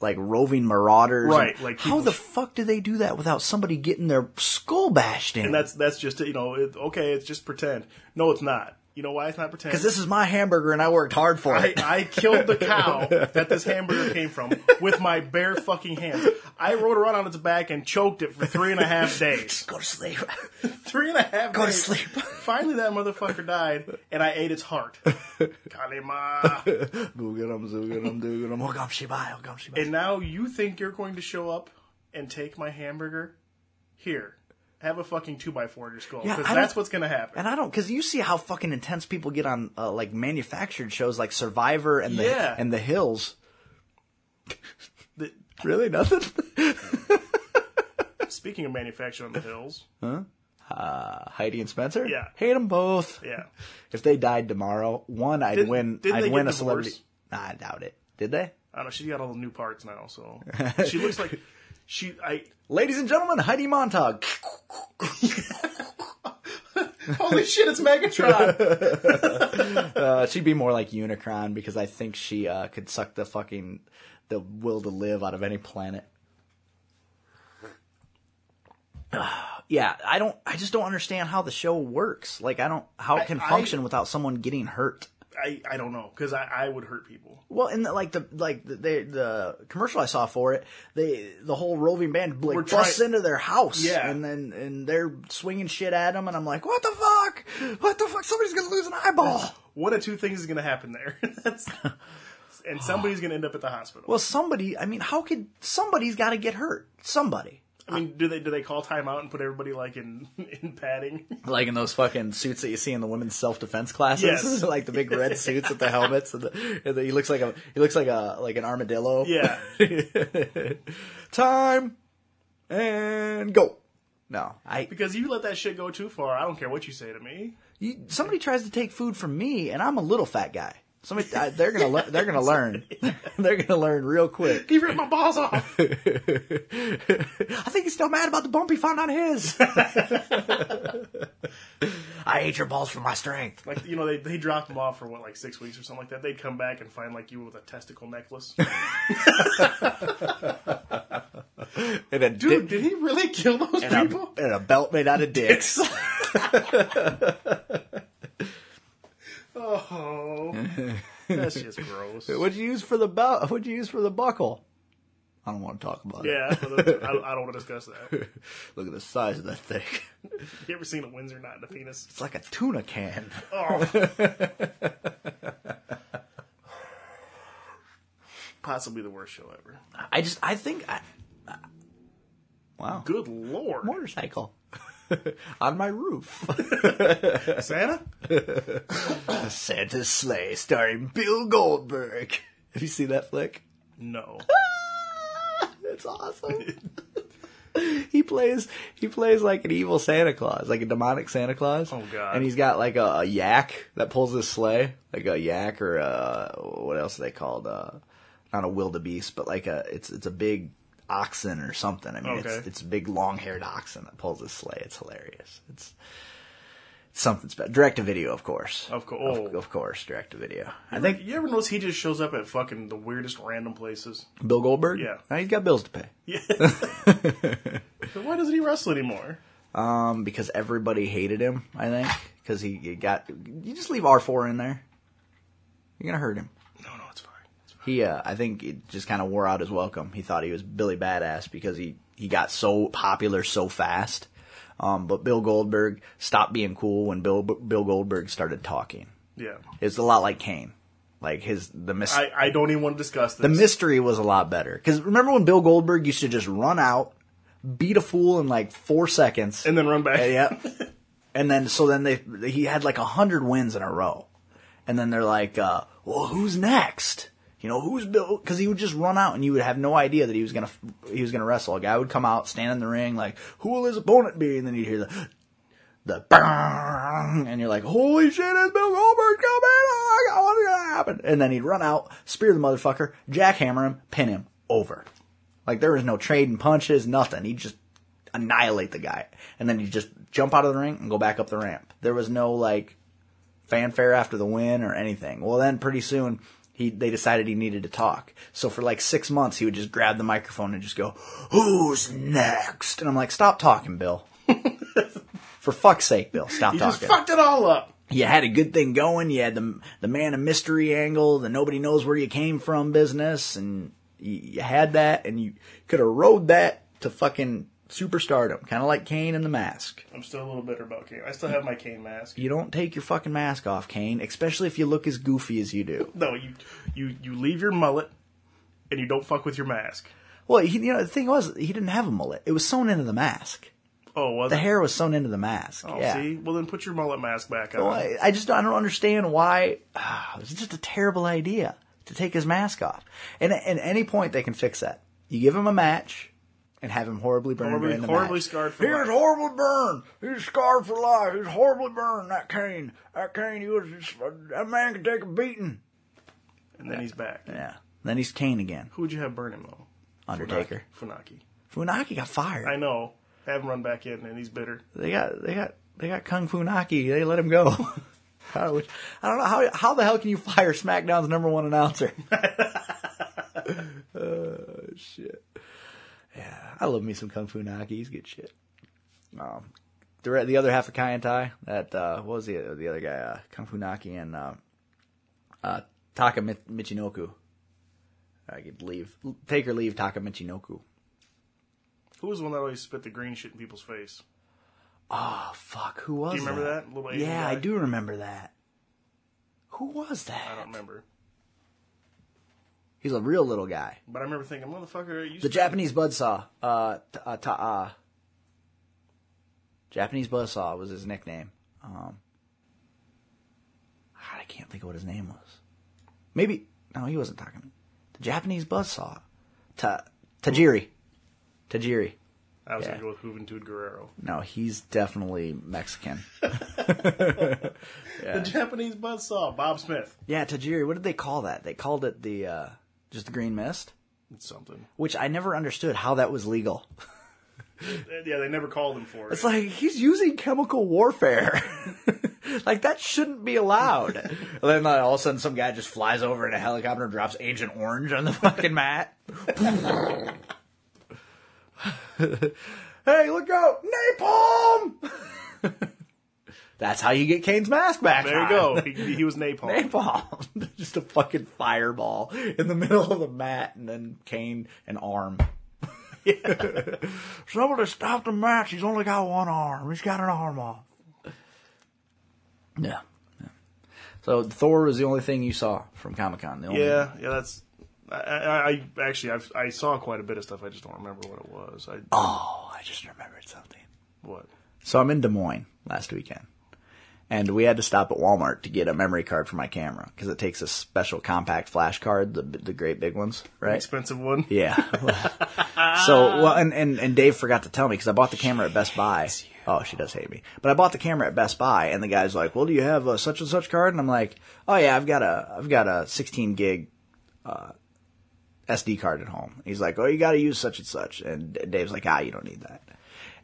Speaker 4: like roving marauders.
Speaker 5: Right,
Speaker 4: And
Speaker 5: like
Speaker 4: how the
Speaker 5: people-
Speaker 4: fuck do they do that without somebody getting their skull bashed in?
Speaker 5: And that's that's just it, you know it, okay. It's just pretend. No, it's not. You know why it's not pretend?
Speaker 4: Because this is my hamburger and I worked hard for
Speaker 5: I,
Speaker 4: it.
Speaker 5: I killed the cow that this hamburger came from with my bare fucking hands. I rode around on its back and choked it for three and a half days.
Speaker 4: Go to sleep.
Speaker 5: Three and a half
Speaker 4: Go to
Speaker 5: days.
Speaker 4: sleep.
Speaker 5: Finally, that motherfucker died, and I ate its heart. Kalima.
Speaker 4: Googadum, zoogadum, doogadum, ogum Oh, shibai, ogum shibai.
Speaker 5: And now you think you're going to show up and take my hamburger? Here, have a fucking two by four in your skull
Speaker 4: Yeah,
Speaker 5: because
Speaker 4: I
Speaker 5: that's
Speaker 4: don't-
Speaker 5: what's gonna happen.
Speaker 4: And I don't, because you see how fucking intense people get on uh, like manufactured shows like Survivor and the
Speaker 5: Yeah.
Speaker 4: and the Hills.
Speaker 5: The-
Speaker 4: Really, nothing.
Speaker 5: Speaking of manufacturing on the hills,
Speaker 4: Heidi and Spencer.
Speaker 5: Yeah.
Speaker 4: hate them both.
Speaker 5: yeah,
Speaker 4: If they died tomorrow, one I'd
Speaker 5: Didn't-
Speaker 4: win.
Speaker 5: didn't
Speaker 4: I'd
Speaker 5: they
Speaker 4: win
Speaker 5: get
Speaker 4: a celebrity.
Speaker 5: divorced?
Speaker 4: Nah, I doubt it. Did they?
Speaker 5: I don't know. She's got all the new parts now, so she looks like she. I
Speaker 4: Ladies and gentlemen, Heidi Montag.
Speaker 5: holy shit, it's Megatron.
Speaker 4: Uh, she'd be more like Unicron because I think she uh, could suck the fucking the will to live out of any planet. Ah, yeah, I don't. I just don't understand how the show works. Like, I don't how it can
Speaker 5: I-
Speaker 4: function without someone getting hurt.
Speaker 5: I I don't know because I I would hurt people.
Speaker 4: Well, and the, like the like the, the the commercial I saw for it, they the whole roving band like
Speaker 5: We're
Speaker 4: busts
Speaker 5: trying-
Speaker 4: into their house,
Speaker 5: Yeah.
Speaker 4: and then and they're swinging shit at them, and I'm like, what the fuck? What the fuck? Somebody's gonna lose an eyeball.
Speaker 5: One of two things is gonna happen there. That's and somebody's gonna end up at the hospital.
Speaker 4: Well, somebody. I mean, how could somebody's got to get hurt? Somebody.
Speaker 5: I mean, do they do they call timeout and put everybody like in in padding?
Speaker 4: Like in those fucking suits that you see in the women's self defense classes,
Speaker 5: Yes.
Speaker 4: like the big red suits with the helmets, and, the, and the- he looks like a he looks like a like an armadillo.
Speaker 5: Yeah.
Speaker 4: Time and go. No, I
Speaker 5: Because you let that shit go too far, I don't care what you say to me.
Speaker 4: you, somebody tries to take food from me, and I'm a little fat guy. Somebody, I, they're gonna le- they're gonna learn. they're gonna learn real quick.
Speaker 5: He ripped my balls off.
Speaker 4: I think he's still mad about the bump he found on his. I ate your balls for my strength.
Speaker 5: like you know, they they dropped him off for what like six weeks or something like that. They'd come back and find like you with a testicle necklace.
Speaker 4: And a
Speaker 5: Dude, did he really kill those
Speaker 4: and,
Speaker 5: people?
Speaker 4: a, and a belt made out of dicks.
Speaker 5: Oh, that's just gross.
Speaker 4: What'd you use for the belt? What'd you use for the buckle? I don't want to talk about it.
Speaker 5: Yeah, well, that's- I, I don't want to discuss that.
Speaker 4: Look at the size of that thing.
Speaker 5: You ever seen a Windsor knot in a penis? Oh.
Speaker 4: It's like a tuna can.
Speaker 5: Possibly the worst show ever.
Speaker 4: I just, I think, I, wow,
Speaker 5: Good lord,
Speaker 4: motorcycle on my roof.
Speaker 5: Santa!
Speaker 4: Santa's Sleigh, starring Bill Goldberg. Have you seen that flick?
Speaker 5: No,
Speaker 4: It's awesome. he plays he plays like an evil Santa Claus, like a demonic Santa Claus.
Speaker 5: Oh, God.
Speaker 4: And he's got like a, a yak that pulls his sleigh, like a yak or a, what else are they called? Uh, not a wildebeest, but like a it's it's a big oxen or something. I mean, it's
Speaker 5: Okay.
Speaker 4: it's a big long haired oxen that pulls his sleigh. It's hilarious. It's, it's something special. Direct to video, of course.
Speaker 5: of oh. course.
Speaker 4: Of, of course, direct to video. I think
Speaker 5: you ever notice he just shows up at fucking the weirdest random places?
Speaker 4: Bill Goldberg.
Speaker 5: Yeah.
Speaker 4: Now he's got bills to pay.
Speaker 5: Then Why doesn't he wrestle anymore?
Speaker 4: Um, because everybody hated him, I think. Because he, he got. You just leave R4 in there. You're going to hurt him.
Speaker 5: No, no, it's fine. It's fine.
Speaker 4: He, uh, I think it just kind of wore out his welcome. He thought he was Billy Badass because he, he got so popular so fast. Um, but Bill Goldberg stopped being cool when Bill, Bill Goldberg started talking.
Speaker 5: Yeah,
Speaker 4: It's a lot like Kane. Like his, the mis-
Speaker 5: I, I don't even want to discuss this.
Speaker 4: the mystery was a lot better. Cause remember when Bill Goldberg used to just run out, beat a fool in like four seconds.
Speaker 5: and then run back.
Speaker 4: Yeah. and then so then they he had like a hundred wins in a row, and then they're like, uh, well, who's next? You know, who's Bill? Because he would just run out, and you would have no idea that he was gonna he was gonna wrestle. A guy would come out, stand in the ring, like, who will his opponent be? And then you'd hear the the bang, and you're like, holy shit, it's Bill Goldberg coming! Oh my God, what's gonna happen? And then he'd run out, spear the motherfucker, jackhammer him, pin him, over. Like there was no trading punches, nothing. He'd just annihilate the guy, and then he'd just jump out of the ring and go back up the ramp. There was no like fanfare after the win or anything. Well, then pretty soon he they decided he needed to talk. So for like six months he would just grab the microphone and just go, "Who's next?" And I'm like, "Stop talking, Bill." for fuck's sake, Bill, stop
Speaker 5: He just
Speaker 4: talking.
Speaker 5: fucked it all up.
Speaker 4: you had a good thing going. You had the the man of mystery angle, the nobody knows where you came from business, and you, you had that, and you could have rode that to fucking superstardom, kind of like Kane and the Mask.
Speaker 5: I'm still a little bitter about Kane. I still have my Kane mask.
Speaker 4: You don't take your fucking mask off, Kane, especially if you look as goofy as you do.
Speaker 5: No, you you you leave your mullet and you don't fuck with your mask.
Speaker 4: Well, he, you know the thing was he didn't have a mullet; it was sewn into the mask.
Speaker 5: Oh, was
Speaker 4: The
Speaker 5: it?
Speaker 4: hair was sewn into the mask.
Speaker 5: Oh,
Speaker 4: yeah.
Speaker 5: see? Well, then put your mullet mask back on.
Speaker 4: Well, I, I just I don't understand why ah, it was just a terrible idea to take his mask off. And at, at any point they can fix that. You give him a match and have him horribly burned.
Speaker 5: Horribly-
Speaker 4: in the
Speaker 5: horribly
Speaker 4: match.
Speaker 5: scarred for
Speaker 4: he was
Speaker 5: life.
Speaker 4: horribly burned. He was scarred for life. He was horribly burned. That Kane, that Kane, he was just, that man could take a beating.
Speaker 5: and then he's back.
Speaker 4: Yeah. Then he's Kane again.
Speaker 5: Who would you have burn him though?
Speaker 4: Undertaker.
Speaker 5: Funaki.
Speaker 4: Funaki got fired.
Speaker 5: I know. Have him run back in, and he's bitter.
Speaker 4: They got they got they got Kung Fu Naki. They let him go. I don't I don't know how how the hell can you fire SmackDown's number one announcer? Oh shit. Yeah, I love me some Kung Fu Naki. He's good shit. Um, the re- the other half of Kai and Tai, that uh, what was the the other guy? Uh, Kung Fu Naki and uh, uh, Taka Mi- Michinoku. I could leave, take or leave Taka Michinoku.
Speaker 5: Who was the one that always spit the green shit in people's face?
Speaker 4: Oh fuck, who was?
Speaker 5: remember
Speaker 4: that?
Speaker 5: that little Asian
Speaker 4: yeah, I
Speaker 5: guy?
Speaker 4: do remember that. Who was that?
Speaker 5: I don't remember,
Speaker 4: He's a real little guy.
Speaker 5: but I remember thinking, motherfucker, you.
Speaker 4: The
Speaker 5: spit-
Speaker 4: Japanese buzzsaw. Uh, t- uh, ta- uh. Japanese buzzsaw was his nickname. Um, God, I can't think of what his name was. Maybe no, he wasn't talking. The Japanese buzzsaw. Ta- Tajiri. Tajiri.
Speaker 5: I was
Speaker 4: yeah.
Speaker 5: gonna go with Juventud Guerrero.
Speaker 4: No, he's definitely Mexican.
Speaker 5: The Japanese buzzsaw, Bob Smith.
Speaker 4: yeah, Tajiri. What did they call that? They called it the uh, just the green mist.
Speaker 5: It's something.
Speaker 4: which I never understood how that was legal.
Speaker 5: Uh, Yeah, they never called him for it.
Speaker 4: It's like he's using chemical warfare. like that shouldn't be allowed. and then uh, all of a sudden, some guy just flies over in a helicopter, and drops Agent Orange on the fucking mat. hey, look out! Napalm. That's how you get Kane's mask back.
Speaker 5: there you
Speaker 4: on.
Speaker 5: go. He, he was napalm.
Speaker 4: Napalm. just a fucking fireball in the middle of the mat, and then Kane an arm. Somebody stop the match. He's only got one arm. He's got an arm off. Yeah. yeah. So Thor was the only thing you saw from Comic Con.
Speaker 5: Yeah, yeah, that's. I, I, I actually I've, I saw quite a bit of stuff. I just don't remember what it was. I
Speaker 4: Oh, I just remembered something.
Speaker 5: what?
Speaker 4: So I'm in Des Moines last weekend, and we had to stop at Walmart to get a memory card for my camera because it takes a special compact flash card, the the great big ones, right?
Speaker 5: Expensive one.
Speaker 4: Yeah. so well, and, and and Dave forgot to tell me because I bought the camera at Best Buy. Oh, she does hate me. But I bought the camera at Best Buy, and the guy's like, "Well, do you have a such and such card?" And I'm like, "Oh yeah, I've got a I've got a 16 gig uh, SD card at home." He's like, "Oh, you got to use such and such," and D- Dave's like, "Ah, you don't need that."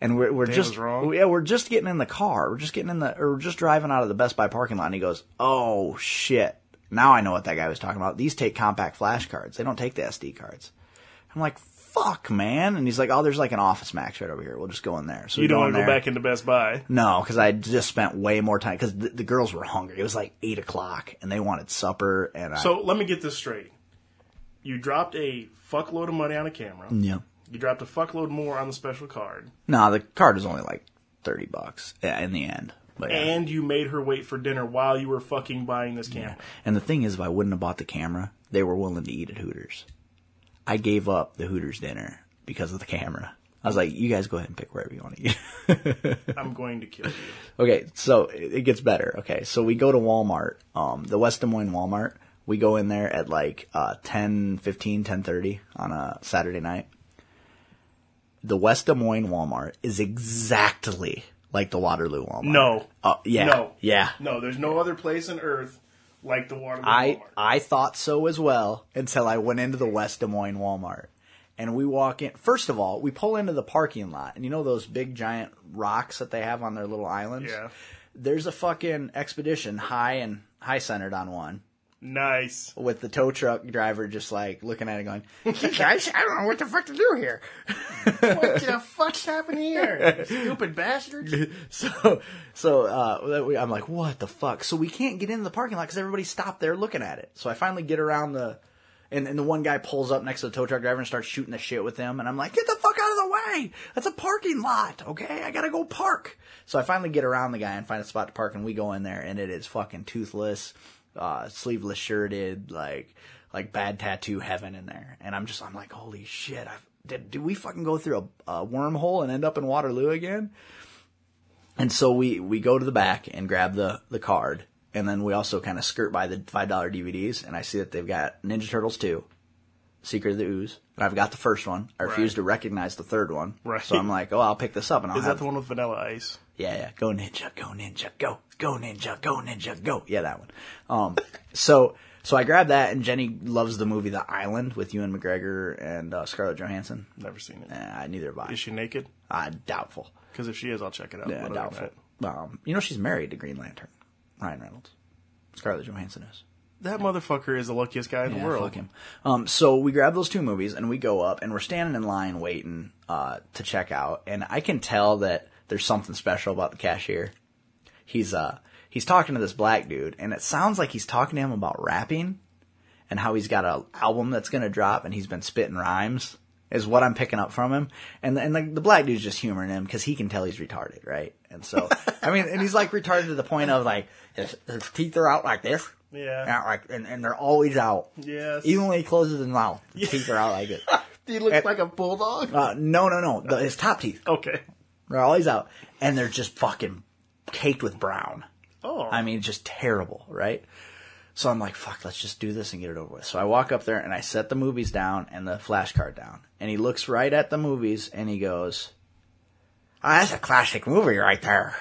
Speaker 4: And we're we're just
Speaker 5: was wrong?
Speaker 4: yeah, we're just getting in the car. We're just getting in the or we're just driving out of the Best Buy parking lot, and he goes, "Oh shit." Now I know what that guy was talking about. These take compact flash cards. They don't take the SD cards. I'm like, fuck, man. And he's like, oh, there's like an Office Max right over here. We'll just go in there. So
Speaker 5: You don't
Speaker 4: want to
Speaker 5: go back into Best Buy.
Speaker 4: No, because I just spent way more time because the, the girls were hungry. It was like eight o'clock and they wanted supper. And I,
Speaker 5: So let me get this straight. You dropped a fuckload of money on a camera.
Speaker 4: yeah,
Speaker 5: You dropped a fuckload more on the special card,
Speaker 4: no, the card was only like thirty bucks yeah, in the end. But yeah.
Speaker 5: and you made her wait for dinner while you were fucking buying this camera.
Speaker 4: and the thing is, if I wouldn't have bought the camera, they were willing to eat at Hooters. I gave up the Hooters dinner because of the camera. I was like, you guys go ahead and pick wherever you want to eat.
Speaker 5: I'm going to kill you.
Speaker 4: Okay, so it it gets better. Okay, so we go to Walmart, um, the West Des Moines Walmart. We go in there at like uh, 10, 10.30 on a Saturday night. The West Des Moines Walmart is exactly like the Waterloo Walmart.
Speaker 5: No.
Speaker 4: Uh, yeah.
Speaker 5: No.
Speaker 4: Yeah.
Speaker 5: No. There's no other place on earth like the Waterloo
Speaker 4: I
Speaker 5: Walmart.
Speaker 4: I thought so as well until I went into the West Des Moines Walmart. And we walk in. First of all, we pull into the parking lot, and you know those big giant rocks that they have on their little islands.
Speaker 5: Yeah.
Speaker 4: There's a fucking expedition high and high centered on one,
Speaker 5: Nice.
Speaker 4: with the tow truck driver just like looking at it going, hey guys, I don't know what the fuck to do here.
Speaker 5: What the fuck's happened here? Stupid bastards.
Speaker 4: so, so uh, that we, I'm like, what the fuck? So we can't get in the parking lot because everybody stopped there looking at it. So I finally get around the, and, and the one guy pulls up next to the tow truck driver and starts shooting the shit with him. And I'm like, get the fuck out of the way! That's a parking lot, okay? I gotta go park. So I finally get around the guy and find a spot to park, and we go in there, and it is fucking toothless, uh, sleeveless shirted, like, like bad tattoo heaven in there. And I'm just, I'm like, holy shit! I've, did, did we fucking go through a, a wormhole and end up in Waterloo again? And so we we go to the back and grab the the card, and then we also kind of skirt by the five dollar DVDs, and I see that they've got Ninja Turtles two, Secret of the Ooze, and I've got the first one. I refuse
Speaker 5: Right.
Speaker 4: to recognize the third one,
Speaker 5: Right.
Speaker 4: so I'm like, oh, I'll pick this up and I'll
Speaker 5: Is
Speaker 4: have
Speaker 5: that the one with vanilla ice?
Speaker 4: yeah, yeah. Go ninja, go ninja, go, go ninja, go ninja, go. Yeah, that one. Um, so, so I grabbed that, and Jenny loves the movie The Island with Ewan McGregor and uh, Scarlett Johansson.
Speaker 5: Never seen it. Is
Speaker 4: Uh, neither have I.
Speaker 5: she naked?
Speaker 4: Uh, doubtful.
Speaker 5: Because if she is, I'll check it out.
Speaker 4: Yeah,
Speaker 5: But other than
Speaker 4: doubtful. Um, you know she's married to Green Lantern, Ryan Reynolds. Scarlett Johansson is.
Speaker 5: That, that motherfucker is the luckiest guy in the
Speaker 4: Yeah,
Speaker 5: world.
Speaker 4: fuck him. Um, so we grab those two movies and we go up and we're standing in line waiting uh, to check out, and I can tell that there's something special about the cashier. He's uh he's talking to this black dude, and it sounds like he's talking to him about rapping and how he's got a album that's gonna drop, and he's been spitting rhymes. Is what I'm picking up from him, and and like the black dude's just humoring him because he can tell he's retarded, right? And so, I mean, and he's like retarded to the point of like his, his teeth are out like this,
Speaker 5: Yeah.
Speaker 4: out like, and, and they're always out.
Speaker 5: Yes.
Speaker 4: Even when he closes his mouth, the teeth are out like it.
Speaker 5: He looks
Speaker 4: And-
Speaker 5: like a bulldog.
Speaker 4: Uh, no, no, no. The, his top teeth
Speaker 5: okay.
Speaker 4: are always out, and they're just fucking caked with brown.
Speaker 5: Oh.
Speaker 4: I mean, just terrible, right? So I'm like, fuck, let's just do this and get it over with. So I walk up there and I set the movies down and the flashcard down, and he looks right at the movies and he goes, "Ah, that's a classic movie right there."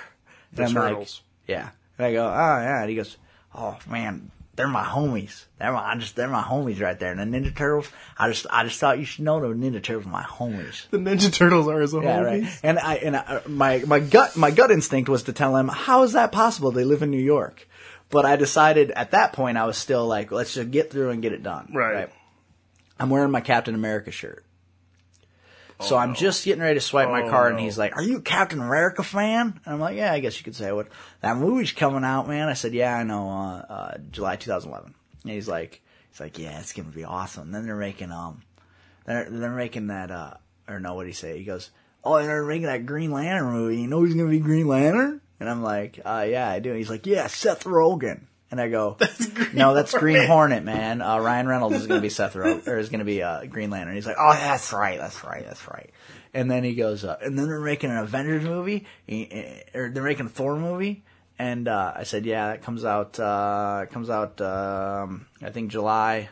Speaker 4: And I'm like,
Speaker 5: Turtles.
Speaker 4: yeah. And I go, oh yeah. And he goes, oh man, they're my homies. They're my, I just, they're my homies right there. And the Ninja Turtles, I just, I just thought you should know the Ninja Turtles are my homies.
Speaker 5: The Ninja Turtles are his homies.
Speaker 4: Yeah, right. And I, and I, uh, my, my gut, my gut instinct was to tell him, how is that possible? They live in New York. But I decided at that point, I was still like, let's just get through and get it done.
Speaker 5: Right.
Speaker 4: I'm wearing my Captain America shirt. So I'm just getting ready to swipe my
Speaker 5: Oh,
Speaker 4: card, and
Speaker 5: no.
Speaker 4: he's like, "Are you a Captain America fan?" And I'm like, "Yeah, I guess you could say I would." That movie's coming out, man. I said, "Yeah, I know." Uh, uh, July 2011. And he's like, "He's like, yeah, it's gonna be awesome." And then they're making um, they're they're making that uh, or no, what would he say? He goes, "Oh, they're making that Green Lantern movie. You know he's gonna be Green Lantern?" And I'm like, "Uh, yeah, I do." And he's like, "Yeah, Seth Rogen." And I go, "No, that's Green Hornet, man. Uh, Ryan Reynolds is gonna be Seth Rogen, or is gonna be uh, Green Lantern." He's like, "Oh, that's right, that's right, that's right." And then he goes, uh, and then they're making an Avengers movie, eh, eh, or they're making a Thor movie. And uh, I said, "Yeah, that comes out. Uh, it comes out. Um, I think July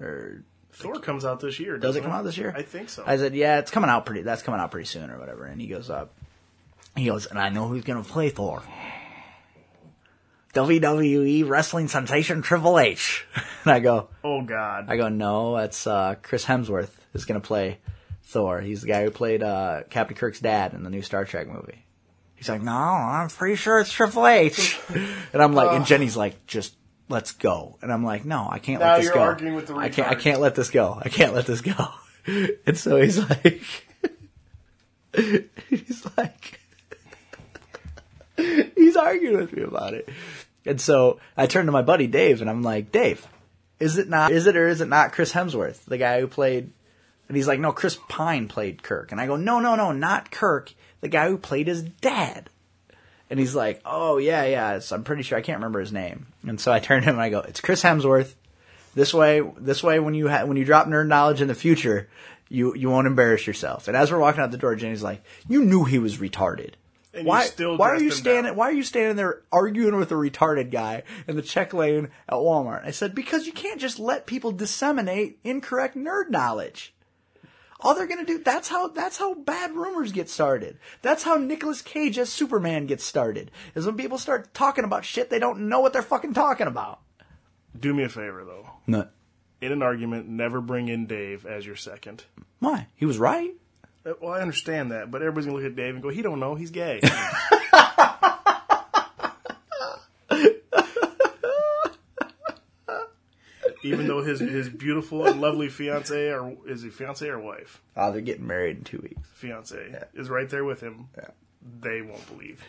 Speaker 4: or
Speaker 5: Thor comes out this year.
Speaker 4: does
Speaker 5: Doesn't
Speaker 4: it come out this year?
Speaker 5: I think so.
Speaker 4: I said, yeah, it's coming out pretty. That's coming out pretty soon or whatever. And he goes up. He goes, and I know who's gonna play Thor. WWE E wrestling sensation Triple H. And I go,
Speaker 5: oh God.
Speaker 4: I go, no, that's uh, Chris Hemsworth is gonna play Thor. He's the guy who played uh, Captain Kirk's dad in the new Star Trek movie. He's like, no, I'm pretty sure it's Triple H. and I'm
Speaker 5: Oh.
Speaker 4: like, and Jenny's like, just let's go. And I'm like, no, I can't
Speaker 5: Now
Speaker 4: let this
Speaker 5: you're
Speaker 4: go.
Speaker 5: arguing with the
Speaker 4: I can't, I
Speaker 5: retard.
Speaker 4: can't let this go. I can't let this go. and so he's like, he's like, he's arguing with me about it. And so I turned to my buddy Dave and I'm like, Dave, is it not, is it or is it not Chris Hemsworth, the guy who played, and he's like, no, Chris Pine played Kirk. And I go, no, no, no, not Kirk, the guy who played his dad. And he's like, oh, yeah, yeah, it's, I'm pretty sure, I can't remember his name. And so I turn to him and I go, it's Chris Hemsworth. This way, this way, when you ha- when you drop nerd knowledge in the future, you you won't embarrass yourself. And as we're walking out the door, Jenny's like, "You knew he was retarded.
Speaker 5: And you
Speaker 4: why
Speaker 5: still
Speaker 4: why are
Speaker 5: dressed
Speaker 4: you
Speaker 5: him
Speaker 4: standing?
Speaker 5: down."
Speaker 4: Why are you standing there arguing with a retarded guy in the check lane at Walmart?" I said, "Because you can't just let people disseminate incorrect nerd knowledge." All they're gonna do that's how that's how bad rumors get started. That's how Nicolas Cage as Superman gets started. Is when people start talking about shit they don't know what they're fucking talking about.
Speaker 5: Do me a favor though.
Speaker 4: No.
Speaker 5: In an argument, never bring in Dave as your second.
Speaker 4: Why? He was right.
Speaker 5: Uh, Well, I understand that, but everybody's gonna look at Dave and go, "He don't know. He's gay." even though his his beautiful and lovely fiance or is he fiance or wife?
Speaker 4: Uh, they're getting married in two weeks.
Speaker 5: Fiance is right there with him. They won't believe.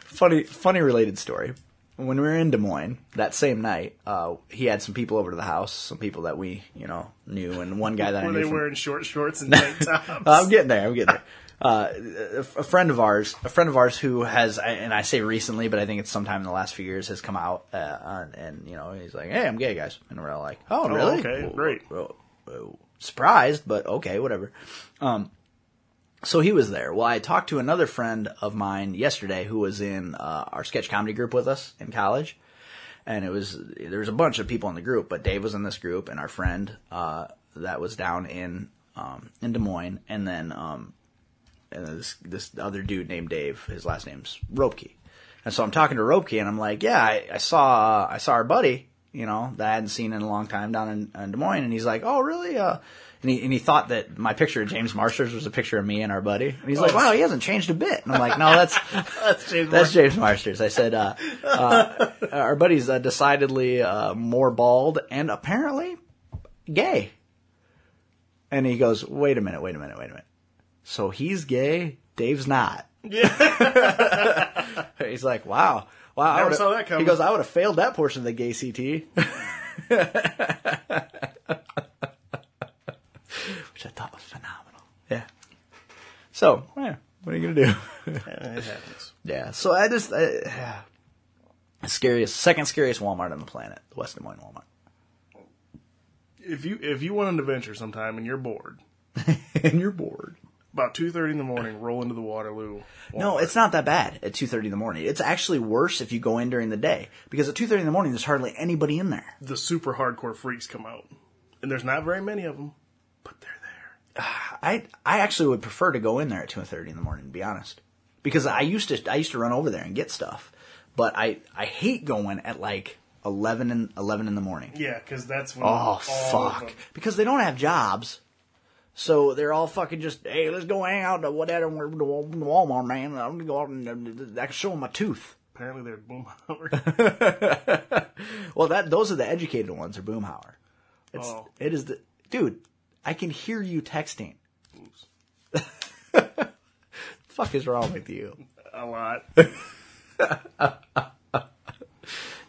Speaker 4: Funny, funny related story. When we were in Des Moines that same night, uh, he had some people over to the house, some people that we, you know, knew, and Uh, one guy that I
Speaker 5: Were
Speaker 4: knew.
Speaker 5: they
Speaker 4: from-
Speaker 5: wearing short shorts and tank tops?
Speaker 4: I'm getting there. I'm getting there. Uh, a a friend of ours, a friend of ours who has, and I say recently, but I think it's sometime in the last few years, has come out uh, and, and you know he's like, "Hey, I'm gay, guys," and we're all like, "Oh, really?
Speaker 5: okay,
Speaker 4: Well,
Speaker 5: great.
Speaker 4: well, well, surprised, but okay, whatever." Um, so he was there. Well, I talked to another friend of mine yesterday who was in uh, our sketch comedy group with us in college, and it was there was a bunch of people in the group, but Dave was in this group, and our friend uh, that was down in um, in Des Moines, and then um, and then this this other dude named Dave, his last name's Ropke, and so I'm talking to Ropke, and I'm like, yeah, I, I saw uh, I saw our buddy, you know, that I hadn't seen in a long time down in, in Des Moines, and he's like, oh, really? Uh, and he and he thought that my picture of James Marsters was a picture of me and our buddy, and he's like, wow, he hasn't changed a bit, and I'm like, no, that's
Speaker 5: That's James
Speaker 4: that's
Speaker 5: Mark.
Speaker 4: James Marsters. I said, uh, uh, our buddy's uh, decidedly uh, more bald and apparently gay. And he goes, wait a minute, wait a minute, wait a minute. So he's gay, Dave's not. Yeah. he's like, wow. Wow, I
Speaker 5: Never
Speaker 4: would've-
Speaker 5: saw that coming.
Speaker 4: He goes, I would have failed that portion of the gay CT. Which I thought was phenomenal. Yeah. So, yeah, what are you going to do?
Speaker 5: Yeah, it happens.
Speaker 4: Yeah. So I just I, scariest second scariest Walmart on the planet, the West Des Moines Walmart.
Speaker 5: If you if you want an adventure sometime and you're bored,
Speaker 4: and you're bored.
Speaker 5: about two thirty in the morning, roll into the Waterloo.
Speaker 4: No,
Speaker 5: Walmart.
Speaker 4: it's not that bad at two thirty in the morning. It's actually worse if you go in during the day because at two thirty in the morning there's hardly anybody in there.
Speaker 5: the super hardcore freaks come out, and there's not very many of them, but they're there.
Speaker 4: I I actually would prefer to go in there at two thirty in the morning, to be honest, because I used to I used to run over there and get stuff, but I I hate going at like eleven and eleven in the morning.
Speaker 5: Yeah, because that's when.
Speaker 4: Oh
Speaker 5: all of
Speaker 4: fuck!
Speaker 5: them-
Speaker 4: Because they don't have jobs, so they're all fucking just hey, let's go hang out to whatever we're to Wal- to Walmart, man. I'm gonna go out and uh, I can show them my tooth.
Speaker 5: Apparently they're boom hour.
Speaker 4: Well, that those are the educated ones, are Boomhauer. It's,
Speaker 5: Oh.
Speaker 4: It is the dude. I can hear you texting. fuck is wrong with you?
Speaker 5: a lot.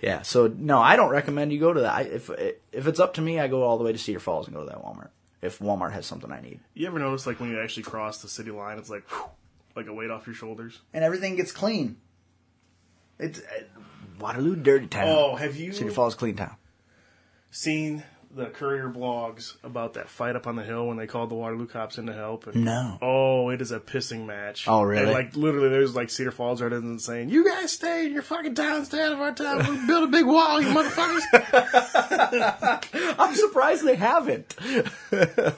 Speaker 4: Yeah. So no, I don't recommend you go to that. I, if if it's up to me, I go all the way to Cedar Falls and go to that Walmart. If Walmart has something I need,
Speaker 5: You ever notice like when you actually cross the city line, it's like whew, like a weight off your shoulders.
Speaker 4: and everything gets clean. It's uh, Waterloo Dirty Town.
Speaker 5: Oh, have you
Speaker 4: Cedar Falls Clean Town.
Speaker 5: seen the courier blogs about that fight up on the hill when they called the Waterloo cops in to help? And,
Speaker 4: No.
Speaker 5: Oh, it is a pissing match.
Speaker 4: Oh, really?
Speaker 5: And, like literally, there's like Cedar Falls residents saying, "You guys stay in your fucking town, stay out of our town. We'll build a big wall, you motherfuckers."
Speaker 4: I'm surprised they haven't.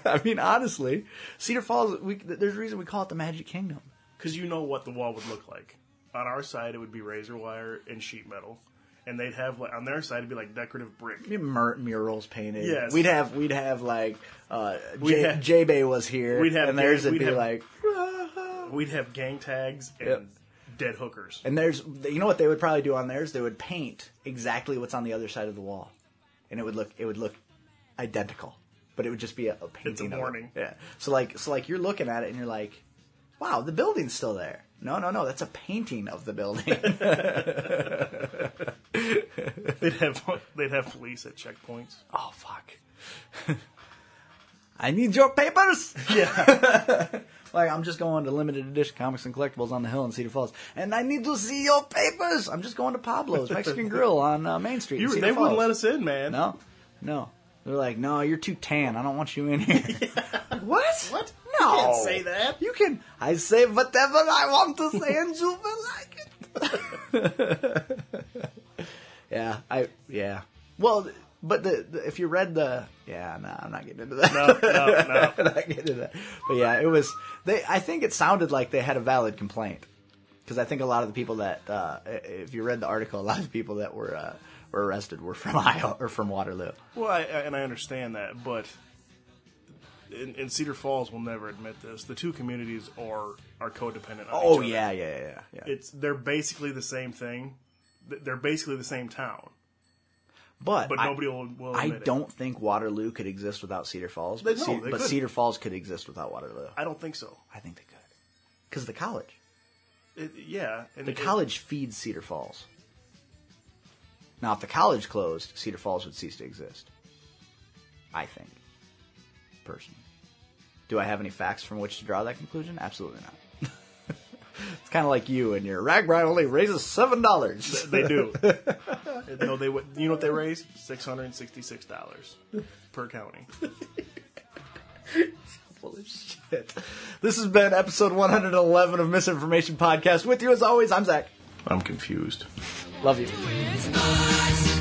Speaker 4: I mean, honestly, Cedar Falls. We, there's a reason we call it the Magic Kingdom.
Speaker 5: Because you know what the wall would look like. On our side, it would be razor wire and sheet metal, and they'd have like on their side, it'd be like decorative brick.
Speaker 4: We have mur- murals painted.
Speaker 5: Yes.
Speaker 4: We'd have we'd have like uh,
Speaker 5: We'd
Speaker 4: J-
Speaker 5: have-
Speaker 4: J Bay was here.
Speaker 5: we'd have
Speaker 4: and theirs
Speaker 5: Dave-
Speaker 4: would
Speaker 5: we'd
Speaker 4: be
Speaker 5: have-
Speaker 4: like.
Speaker 5: We'd have gang tags and dead hookers.
Speaker 4: And there's, you know what they would probably do on theirs? They would paint exactly what's on the other side of the wall, and it would look, it would look identical, but it would just be a, a painting. of it.
Speaker 5: warning.
Speaker 4: Yeah. So like, so like you're looking at it and you're like, wow, the building's still there. No, no, no, that's a painting of the building.
Speaker 5: They'd have they'd have police at checkpoints.
Speaker 4: oh fuck. I need your papers.
Speaker 5: Yeah,
Speaker 4: Like I'm just going to limited edition comics and collectibles on the hill in Cedar Falls, and I need to see your papers. I'm just going to Pablo's Mexican Grill on uh, Main Street. in
Speaker 5: you,
Speaker 4: Cedar
Speaker 5: they wouldn't
Speaker 4: Falls.
Speaker 5: let us in, man.
Speaker 4: No, no. They're like, no, you're too tan. I don't want you in here. Like, what?
Speaker 5: What?
Speaker 4: No.
Speaker 5: You can't say that.
Speaker 4: You can. I say whatever I want to say, and you will like it. yeah, I. Yeah. Well, but the, the if you read the, yeah, no, I'm not getting into that.
Speaker 5: No, no, no.
Speaker 4: I'm not getting into that. But yeah, it was. They. I think it sounded like they had a valid complaint because I think a lot of the people that, uh, i- if you read the article, a lot of the people that were uh, were arrested were from Iowa or from Waterloo.
Speaker 5: Well, I, I- and I understand that, but and, and Cedar Falls will never admit this. The two communities are are codependent. On
Speaker 4: Oh
Speaker 5: each other.
Speaker 4: yeah, yeah, yeah, yeah.
Speaker 5: it's they're basically the same thing. Th- They're basically the same town.
Speaker 4: But,
Speaker 5: But
Speaker 4: I-
Speaker 5: nobody will, will
Speaker 4: I
Speaker 5: admit it.
Speaker 4: don't think Waterloo could exist without Cedar Falls. But,
Speaker 5: They- no,
Speaker 4: Ce-
Speaker 5: they
Speaker 4: but
Speaker 5: couldn't.
Speaker 4: Cedar Falls could exist without Waterloo.
Speaker 5: I don't think so.
Speaker 4: I think they could. Because the college.
Speaker 5: It, yeah, and
Speaker 4: The
Speaker 5: it-
Speaker 4: college feeds Cedar Falls. Now, if the college closed, Cedar Falls would cease to exist. I think. Personally. Do I have any facts from which to draw that conclusion? Absolutely not. it's kind of like you and your rag bride only raises $7.
Speaker 5: They do. no, they would. You know what they raised? Six hundred and sixty-six dollars per county.
Speaker 4: full of shit. This has been episode 111 of Misinformation Podcast. With you as always, I'm Zach.
Speaker 5: I'm confused.
Speaker 4: Love you.
Speaker 6: It's us.